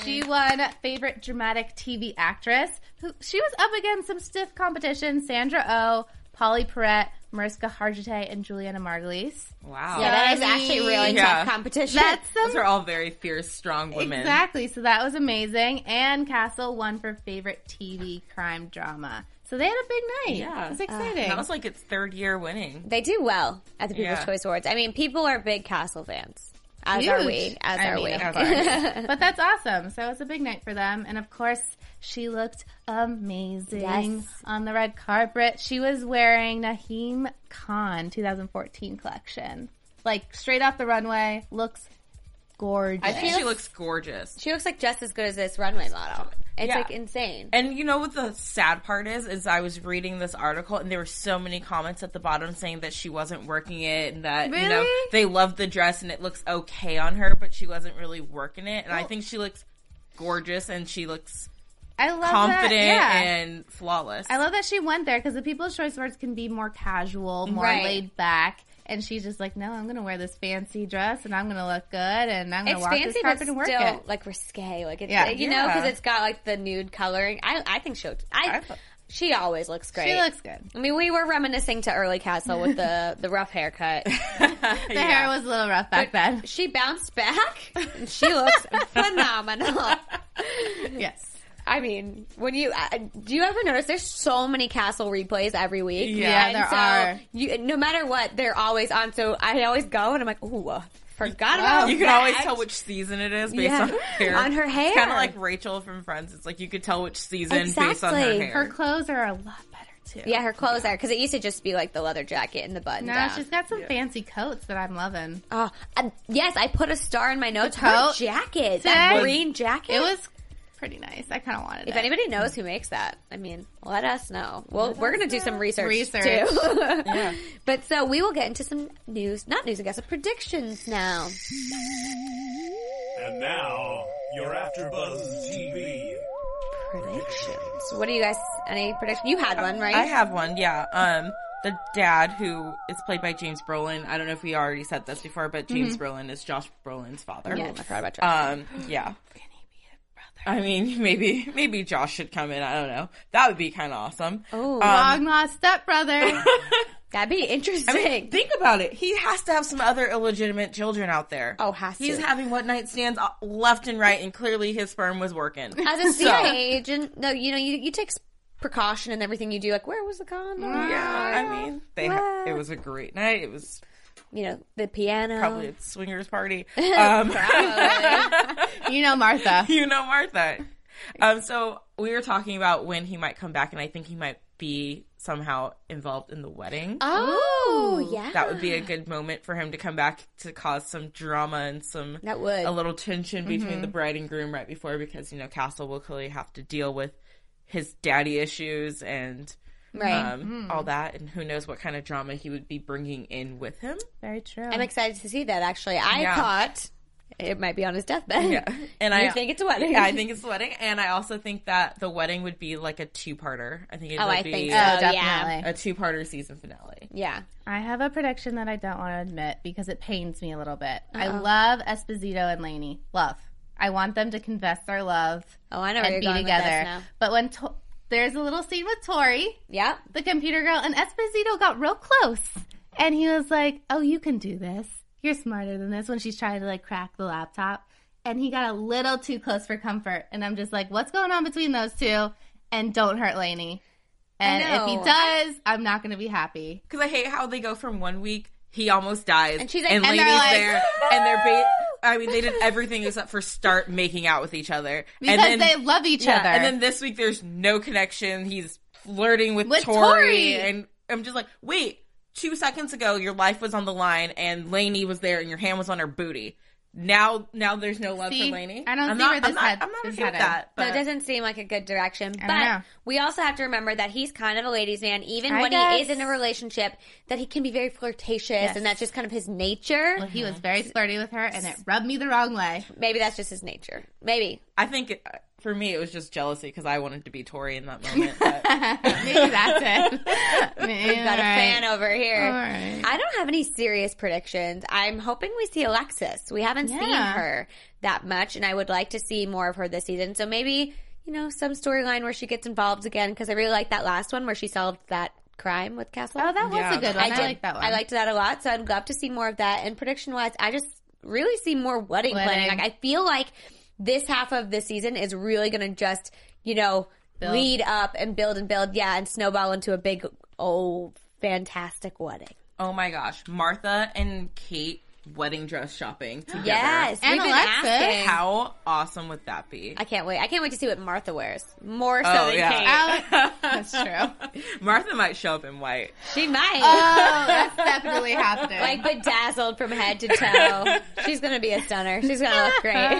Speaker 5: She won favorite dramatic TV actress. Who she was up against some stiff competition: Sandra Oh, Polly Perrette, Mariska Hargitay, and Juliana Margulies.
Speaker 4: Wow.
Speaker 3: Yeah, that is actually really
Speaker 4: Yeah.
Speaker 3: tough competition.
Speaker 5: That's some
Speaker 4: Those are all very fierce, strong women.
Speaker 5: Exactly. So that was amazing. And Castle won for favorite TV crime drama. So they had a big night.
Speaker 4: Yeah. Uh,
Speaker 5: It was exciting.
Speaker 4: That was like its third year winning.
Speaker 3: they do well at the People's
Speaker 4: Yeah.
Speaker 3: Choice Awards. I mean, people are big Castle fans. As are we.
Speaker 5: Huge.
Speaker 3: As
Speaker 5: I
Speaker 3: are
Speaker 5: mean,
Speaker 3: we.
Speaker 5: of
Speaker 4: course.
Speaker 5: but that's awesome. So it was a big night for them. And of course, she looked amazing
Speaker 3: Yes.
Speaker 5: on the red carpet. She was wearing Naheem Khan 2014 collection. Like straight off the runway, looks gorgeous.
Speaker 4: I think she looks gorgeous.
Speaker 3: she looks like just as good as this runway model. It's
Speaker 4: Yeah.
Speaker 3: like insane.
Speaker 4: And you know what the sad part is? Is I was reading this article and there were so many comments at the bottom saying that she wasn't working it and that you know
Speaker 5: Really?
Speaker 4: they loved the dress and it looks okay on her, but she wasn't really working it. And I think she looks gorgeous and she looks
Speaker 5: I love
Speaker 4: confident
Speaker 5: that. Yeah.
Speaker 4: and flawless.
Speaker 5: I love that she went there because the People's Choice Awards can be more casual, more
Speaker 3: Right.
Speaker 5: laid back. And she's just like, no, I'm going to wear this fancy dress and I'm going to look good and I'm going to
Speaker 3: It's
Speaker 5: walk
Speaker 3: fancy,
Speaker 5: this
Speaker 3: but
Speaker 5: carpet
Speaker 3: still
Speaker 5: and work it.
Speaker 3: like risque. Like it's
Speaker 5: Yeah.
Speaker 3: you know because
Speaker 4: Yeah.
Speaker 3: it's got like the nude coloring. I I think she looks. I,
Speaker 4: I thought-
Speaker 3: she always looks great.
Speaker 5: She looks good.
Speaker 3: I mean, we were reminiscing to early Castle with the the rough haircut.
Speaker 5: The hair was a little rough back then.
Speaker 3: She bounced back. and She looks phenomenal.
Speaker 5: Yes.
Speaker 3: I mean, when you uh, do you ever notice there's so many castle replays every week?
Speaker 4: Yeah. Yeah,
Speaker 3: And
Speaker 5: there
Speaker 3: so
Speaker 5: are.
Speaker 3: You, no matter what, they're always on. So I always go and I'm like, ooh, uh, forgot about.
Speaker 4: you can
Speaker 3: that.
Speaker 4: always tell which season it is based
Speaker 3: Yeah.
Speaker 4: on her hair.
Speaker 3: On her
Speaker 4: It's kind
Speaker 3: hair.
Speaker 4: of like Rachel from Friends. It's like you could tell which season based on her
Speaker 3: Exactly.
Speaker 4: hair.
Speaker 5: Her clothes are a lot better too.
Speaker 3: Yeah, her clothes are because it used to just be like the leather jacket and the button
Speaker 5: No,
Speaker 3: down.
Speaker 5: she's got some fancy coats that I'm loving.
Speaker 3: Oh, uh, yes, I put a star in my notes. Her
Speaker 5: coat?
Speaker 3: jacket, that
Speaker 5: Dang.
Speaker 3: green jacket.
Speaker 5: It was pretty nice. I kind of wanted
Speaker 3: If
Speaker 5: it.
Speaker 3: anybody knows who makes that, I mean, let us know. Well, we're gonna do some research,
Speaker 5: Research.
Speaker 3: too. But so we will get into some news, not news, I guess, but predictions now.
Speaker 1: And now, your AfterBuzz TV
Speaker 3: Predictions. What do you guys? Any prediction? You had one, right?
Speaker 4: I have one, yeah. Um, the dad who is played by James Brolin. I don't know if we already said this before, but James Brolin is Josh Brolin's father.
Speaker 3: Mm-hmm. Yes. I forgot about Josh.
Speaker 4: Um, yeah. I mean, maybe maybe Josh should come in. I don't know. That would be kind of awesome. Uh,
Speaker 3: Oh,
Speaker 5: Long lost stepbrother.
Speaker 3: that'd be interesting.
Speaker 4: Think about it. He has to have some other illegitimate children out there.
Speaker 3: Oh, has
Speaker 4: He's
Speaker 3: to.
Speaker 4: having one night stands uh, left and right, and clearly his sperm was working.
Speaker 3: As a CIA agent, no, you know, you you take s- precaution and everything you do. Like, where was the condom?
Speaker 4: Yeah, I mean, they ha- it was a great night. It was
Speaker 3: You know, the piano.
Speaker 4: probably a swingers party. Um,
Speaker 5: you know Martha.
Speaker 4: you know Martha. Um, so we were talking about when he might come back, and I think he might be somehow involved in the wedding.
Speaker 3: Ah. Oh, yeah.
Speaker 4: that would be a good moment for him to come back to cause some drama and some
Speaker 3: That would. Mm-hmm.
Speaker 4: a little tension between the bride and groom right before because you know Castle will clearly have to deal with his daddy issues and
Speaker 3: right.
Speaker 4: um, all that, and who knows what kind of drama he would be bringing in with him.
Speaker 5: Very true.
Speaker 3: I'm excited to see that. Actually, I
Speaker 4: Yeah.
Speaker 3: thought it might be on his deathbed.
Speaker 4: Yeah, and
Speaker 3: You
Speaker 4: I
Speaker 3: think it's a wedding?
Speaker 4: Yeah, I think it's a wedding, and I also think that the wedding would be like a two-parter. I think it
Speaker 3: Oh,
Speaker 4: would
Speaker 3: I
Speaker 4: be
Speaker 3: think so.
Speaker 5: Oh,
Speaker 3: Yeah.
Speaker 5: definitely.
Speaker 4: a two-parter season finale.
Speaker 3: Yeah.
Speaker 5: I have a prediction that I don't want to admit because it pains me a little bit. I love Esposito and Lainey. Love. I want them to confess their love
Speaker 3: Oh, I know where
Speaker 5: and
Speaker 3: you're
Speaker 5: be
Speaker 3: going with this
Speaker 5: together.
Speaker 3: now.
Speaker 5: But when to- there's a little scene with Tori,
Speaker 3: Yep.
Speaker 5: the computer girl, and Esposito got real close, and he was like, "Oh, you can do this. You're smarter than this." When she's trying to like crack the laptop, and he got a little too close for comfort, and I'm just like, "What's going on between those two? And don't hurt Lainey. And if he
Speaker 3: know.
Speaker 5: does, I'm not going to be happy.
Speaker 4: Because I hate how they go from one week he almost dies,
Speaker 3: And she's like-
Speaker 4: and,
Speaker 3: and
Speaker 5: they're
Speaker 4: Lainey's
Speaker 5: like,
Speaker 4: there, and they're. Ba- I mean, they did everything except for start making out with each other,
Speaker 5: because
Speaker 4: and then,
Speaker 5: they love each
Speaker 4: yeah,
Speaker 5: other.
Speaker 4: And then this week there's no connection. He's flirting with,
Speaker 5: With Tori.
Speaker 4: and I'm just like, wait. Two seconds ago, your life was on the line, and Lainey was there, and your hand was on her booty. Now, now there's no love
Speaker 5: See?
Speaker 4: for Lainey.
Speaker 5: I don't
Speaker 4: I'm
Speaker 5: see where this
Speaker 4: I'm not,
Speaker 5: head-
Speaker 4: I'm not
Speaker 5: this
Speaker 4: okay with
Speaker 5: head
Speaker 4: that.
Speaker 3: So it
Speaker 4: but-
Speaker 3: doesn't seem like a good direction.
Speaker 5: I don't
Speaker 3: But
Speaker 5: know.
Speaker 3: we also have to remember that he's kind of a ladies' man, even
Speaker 5: I
Speaker 3: when he
Speaker 5: guess.
Speaker 3: is in a relationship, that he can be very flirtatious and that's just kind of his nature.
Speaker 5: he was very flirty with her, and it rubbed me the wrong way.
Speaker 3: Maybe that's just his nature. Maybe.
Speaker 4: I think for me, it was just jealousy because I wanted to be Tori in that moment. But
Speaker 5: Maybe that's it. Maybe,
Speaker 3: Got a fan over here.
Speaker 5: All right.
Speaker 3: I don't have any serious predictions. I'm hoping we see Alexis. We haven't seen
Speaker 5: Yeah.
Speaker 3: her that much, and I would like to see more of her this season. So maybe, you know, some storyline where she gets involved again, because I really like that last one where she solved that crime with Castle.
Speaker 5: Oh, that was
Speaker 4: Yeah,
Speaker 5: a good one. I,
Speaker 3: did.
Speaker 5: like that one.
Speaker 3: I liked that a lot. So I'd love to see more of that. And prediction wise, I just really see more wedding,
Speaker 5: Wedding.
Speaker 3: planning. Like I feel like this half of the season is really going to just you know
Speaker 5: Build.
Speaker 3: lead up and build and build, yeah, and snowball into a big old fantastic wedding.
Speaker 4: oh my gosh, Martha and Kate wedding dress shopping together.
Speaker 3: Yes,
Speaker 5: And
Speaker 3: we've been
Speaker 5: Alexis.
Speaker 3: asking.
Speaker 4: How awesome would that be?
Speaker 3: I can't wait. I can't wait to see what Martha wears. More so
Speaker 4: Oh,
Speaker 3: than
Speaker 4: yeah.
Speaker 5: Uh,
Speaker 3: Kate.
Speaker 5: Alex, that's true.
Speaker 4: Martha might show up in white.
Speaker 3: She might.
Speaker 5: Oh, that's definitely happening.
Speaker 3: like bedazzled from head to toe. She's gonna be a stunner. She's gonna look great.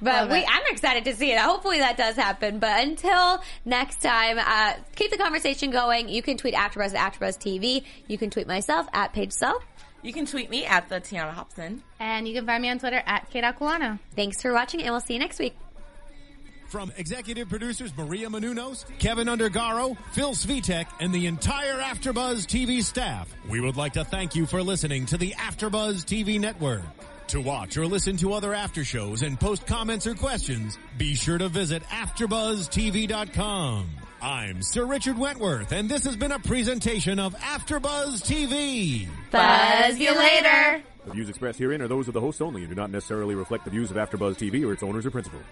Speaker 3: but
Speaker 5: Love
Speaker 3: we,
Speaker 5: it.
Speaker 3: I'm excited to see it. Hopefully that does happen. But until next time, uh, keep the conversation going. You can tweet AfterBuzz at AfterBuzz TV. You can tweet myself at Paige Self.
Speaker 4: You can tweet me at the Tiana Hobson.
Speaker 5: and you can find me on Twitter at Kate Aquilano.
Speaker 3: Thanks for watching, and we'll see you next week.
Speaker 2: From executive producers Maria Manunos, Kevin Undergaro, Phil Svitek, and the entire Afterbuzz TV staff, we would like to thank you for listening to the Afterbuzz TV network. To watch or listen to other after shows and post comments or questions, be sure to visit AfterbuzzTV.com. I'm Sir Richard Wentworth, and this has been a presentation of Afterbuzz TV.
Speaker 3: Buzz you later.
Speaker 6: The views expressed herein are those of the host only and do not necessarily reflect the views of AfterBuzz TV or its owners or principals.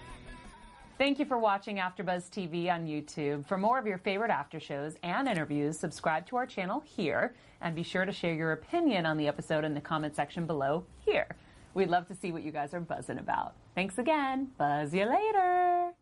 Speaker 7: Thank you for watching AfterBuzz TV on YouTube. For more of your favorite after shows and interviews, subscribe to our channel here, and be sure to share your opinion on the episode in the comment section below here. We'd love to see what you guys are buzzing about. Thanks again. Buzz you later.